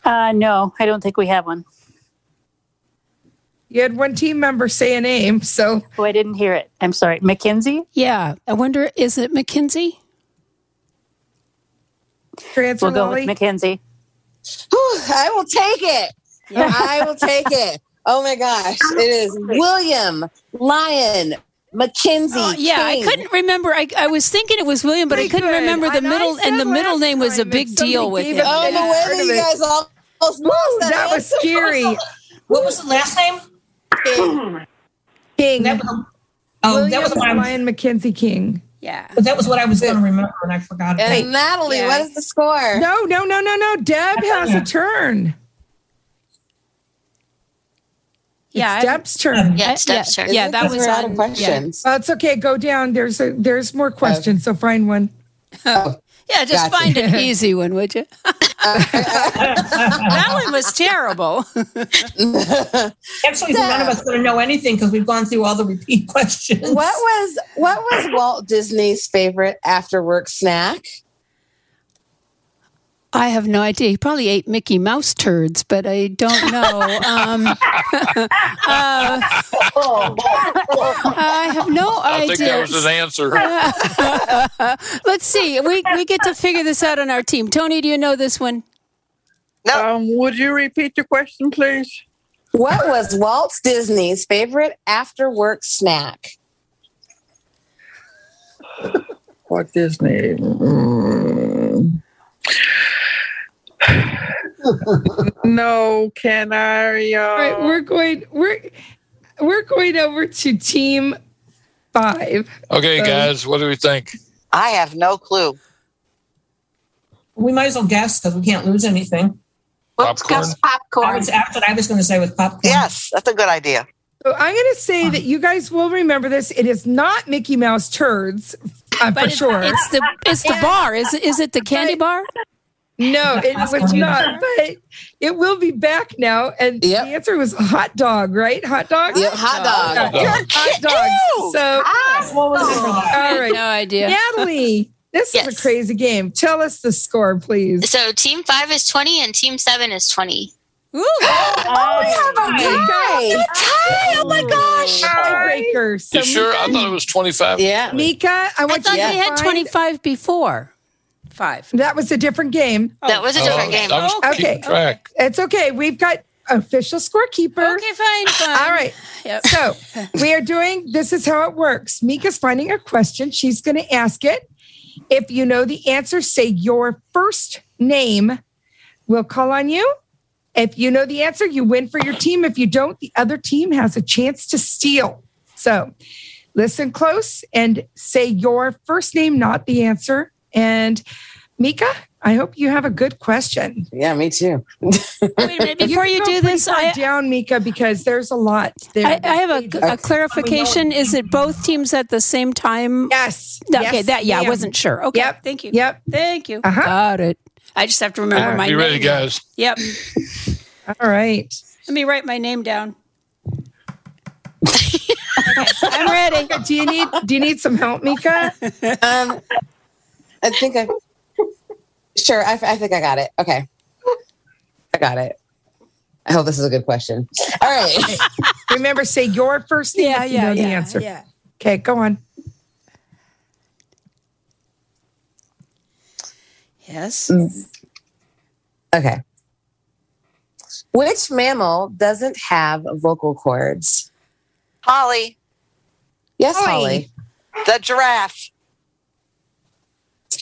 Uh, no, I don't think we have one.
You had one team member say a name, so
Oh, I didn't hear it. I'm sorry. McKinsey?
Yeah. I wonder, is it McKinsey?
Transfer
We'll go with
Lolly?
McKinsey.
Whew, I will take it. I will take it. Oh my gosh. It is William Lyon Mackenzie.
Oh, yeah, I
King.
couldn't remember. I, I was thinking it was William, but I couldn't remember the middle, and the middle name was a big deal with
Oh,
him.
the way that you guys almost lost that,
That was
answer.
scary.
What was the last name?
King.
Oh,
William
that was what I was,
Lyon Mackenzie King.
Yeah.
that was what I was going to remember, and I forgot. about
And
it.
Natalie, what is the score?
No, no, no, no, no. Deb has a turn.
Yeah, I-
it's Deb's turn.
Yeah, it's Deb's turn.
Yeah,
Is it
that
'cause
was
we're out of
on- yeah.
questions.
Well, it's okay. Go down. There's a there's more questions, so find one.
Yeah, just
Gotcha.
find an easy one, would you? that one was terrible.
Actually, none of us going to know anything because we've gone through all the repeat questions.
What was what was Walt Disney's favorite after work snack?
I have no idea. He probably ate Mickey Mouse turds, but I don't know. Um, uh, I have no
I
idea.
think that was an answer.
Let's see. We, we get to figure this out on our team. Tony, do you know this one?
Um, would you repeat your question, please?
What was Walt Disney's favorite after work snack?
Walt Disney. Mm. no, can I? Uh,
All right, we're going we're we're going over to team five.
Okay,
Uh,
guys, what do we think?
I have no clue.
We might as well guess because we can't lose anything.
Let's
Popcorn?
guess
I
popcorn.
was, that's what I was going to say with popcorn.
Yes, that's a good idea.
So I'm going to say that you guys will remember this. It is not Mickey Mouse turds, uh,
But
for
it's-
sure.
it's the- it's the bar. Is- is it the candy bar?
No, it was not. But it will be back now. And the answer was hot dog, right? Hot dog.
Yep, hot dog.
Yeah,
You're
hot dog. So what was it? All right,
No idea.
Natalie, this is a crazy game. Tell us the score, please.
So team five is 20 and team seven is 20.
Ooh.
Oh my gosh! Tiebreaker. So
You sure? I thought it was 25.
Mika, I want
thought
you to
they had
find-
25 before. Five.
That was a different game.
That was a
Uh,
Oh, different game. I was keeping
okay.
track.
It's okay. We've got official scorekeeper. Okay,
fine,
All right. So we are doing this is how it works. Mika's finding a question. She's going to ask it. If you know the answer, say your first name. We'll call on you. If you know the answer, you win for your team. If you don't, the other team has a chance to steal. So listen close and say your first name, not the answer. And Mika, I hope you have a good question.
Yeah, me too.
Before you do this,
I down Mika because there's a lot there.
I, I have a, a clarification. Is it both teams at the same time?
Yes.
Okay.
Yes,
that yeah, I
ma'am.
wasn't sure. Okay.
Yep.
Thank you.
Yep.
Thank you. Got it. I just have to remember my
Be
name.
ready, guys.
Yep.
All right.
Let me write my name down. Okay, I'm ready.
Do you need Do you need some help, Mika?
Um, I think I. Sure, I, I think I got it. Okay, I got it. I hope this is a good question. All right.
Remember, say your first name
Yeah,
if you
yeah,
know
yeah,
the answer.
yeah.
Okay, go on.
Yes.
Okay. Which mammal doesn't have vocal cords?
Holly.
Yes, Holly.
The giraffe.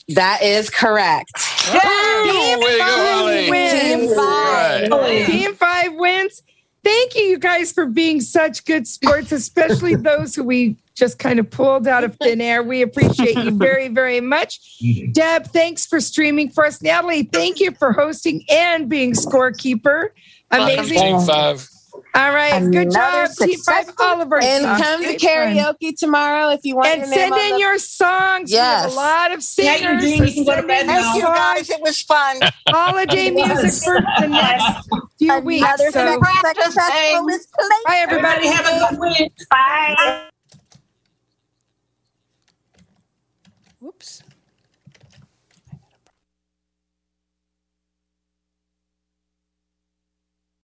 That is correct.
Team
way to
five
go, Holly.
wins.
Team five. Right.
Team five wins. Thank you, you guys, for being such good sports, especially those who we just kind of pulled out of thin air. We appreciate you very, very much. Deb, thanks for streaming for us. Natalie, thank you for hosting and being scorekeeper. Amazing.
Team five.
All right. good job, Team Five Oliver.
And come to karaoke tomorrow if you want.
And
your name
send
on
in
the-
your songs. Yes.
Yes.
a lot of
Yeah,
singers.
you're doing- you can go to bed now. Thank you,
guys. It was fun. Holiday
It was.
music for the next few weeks. So, bye, everybody.
have a good week. Bye.
Whoops.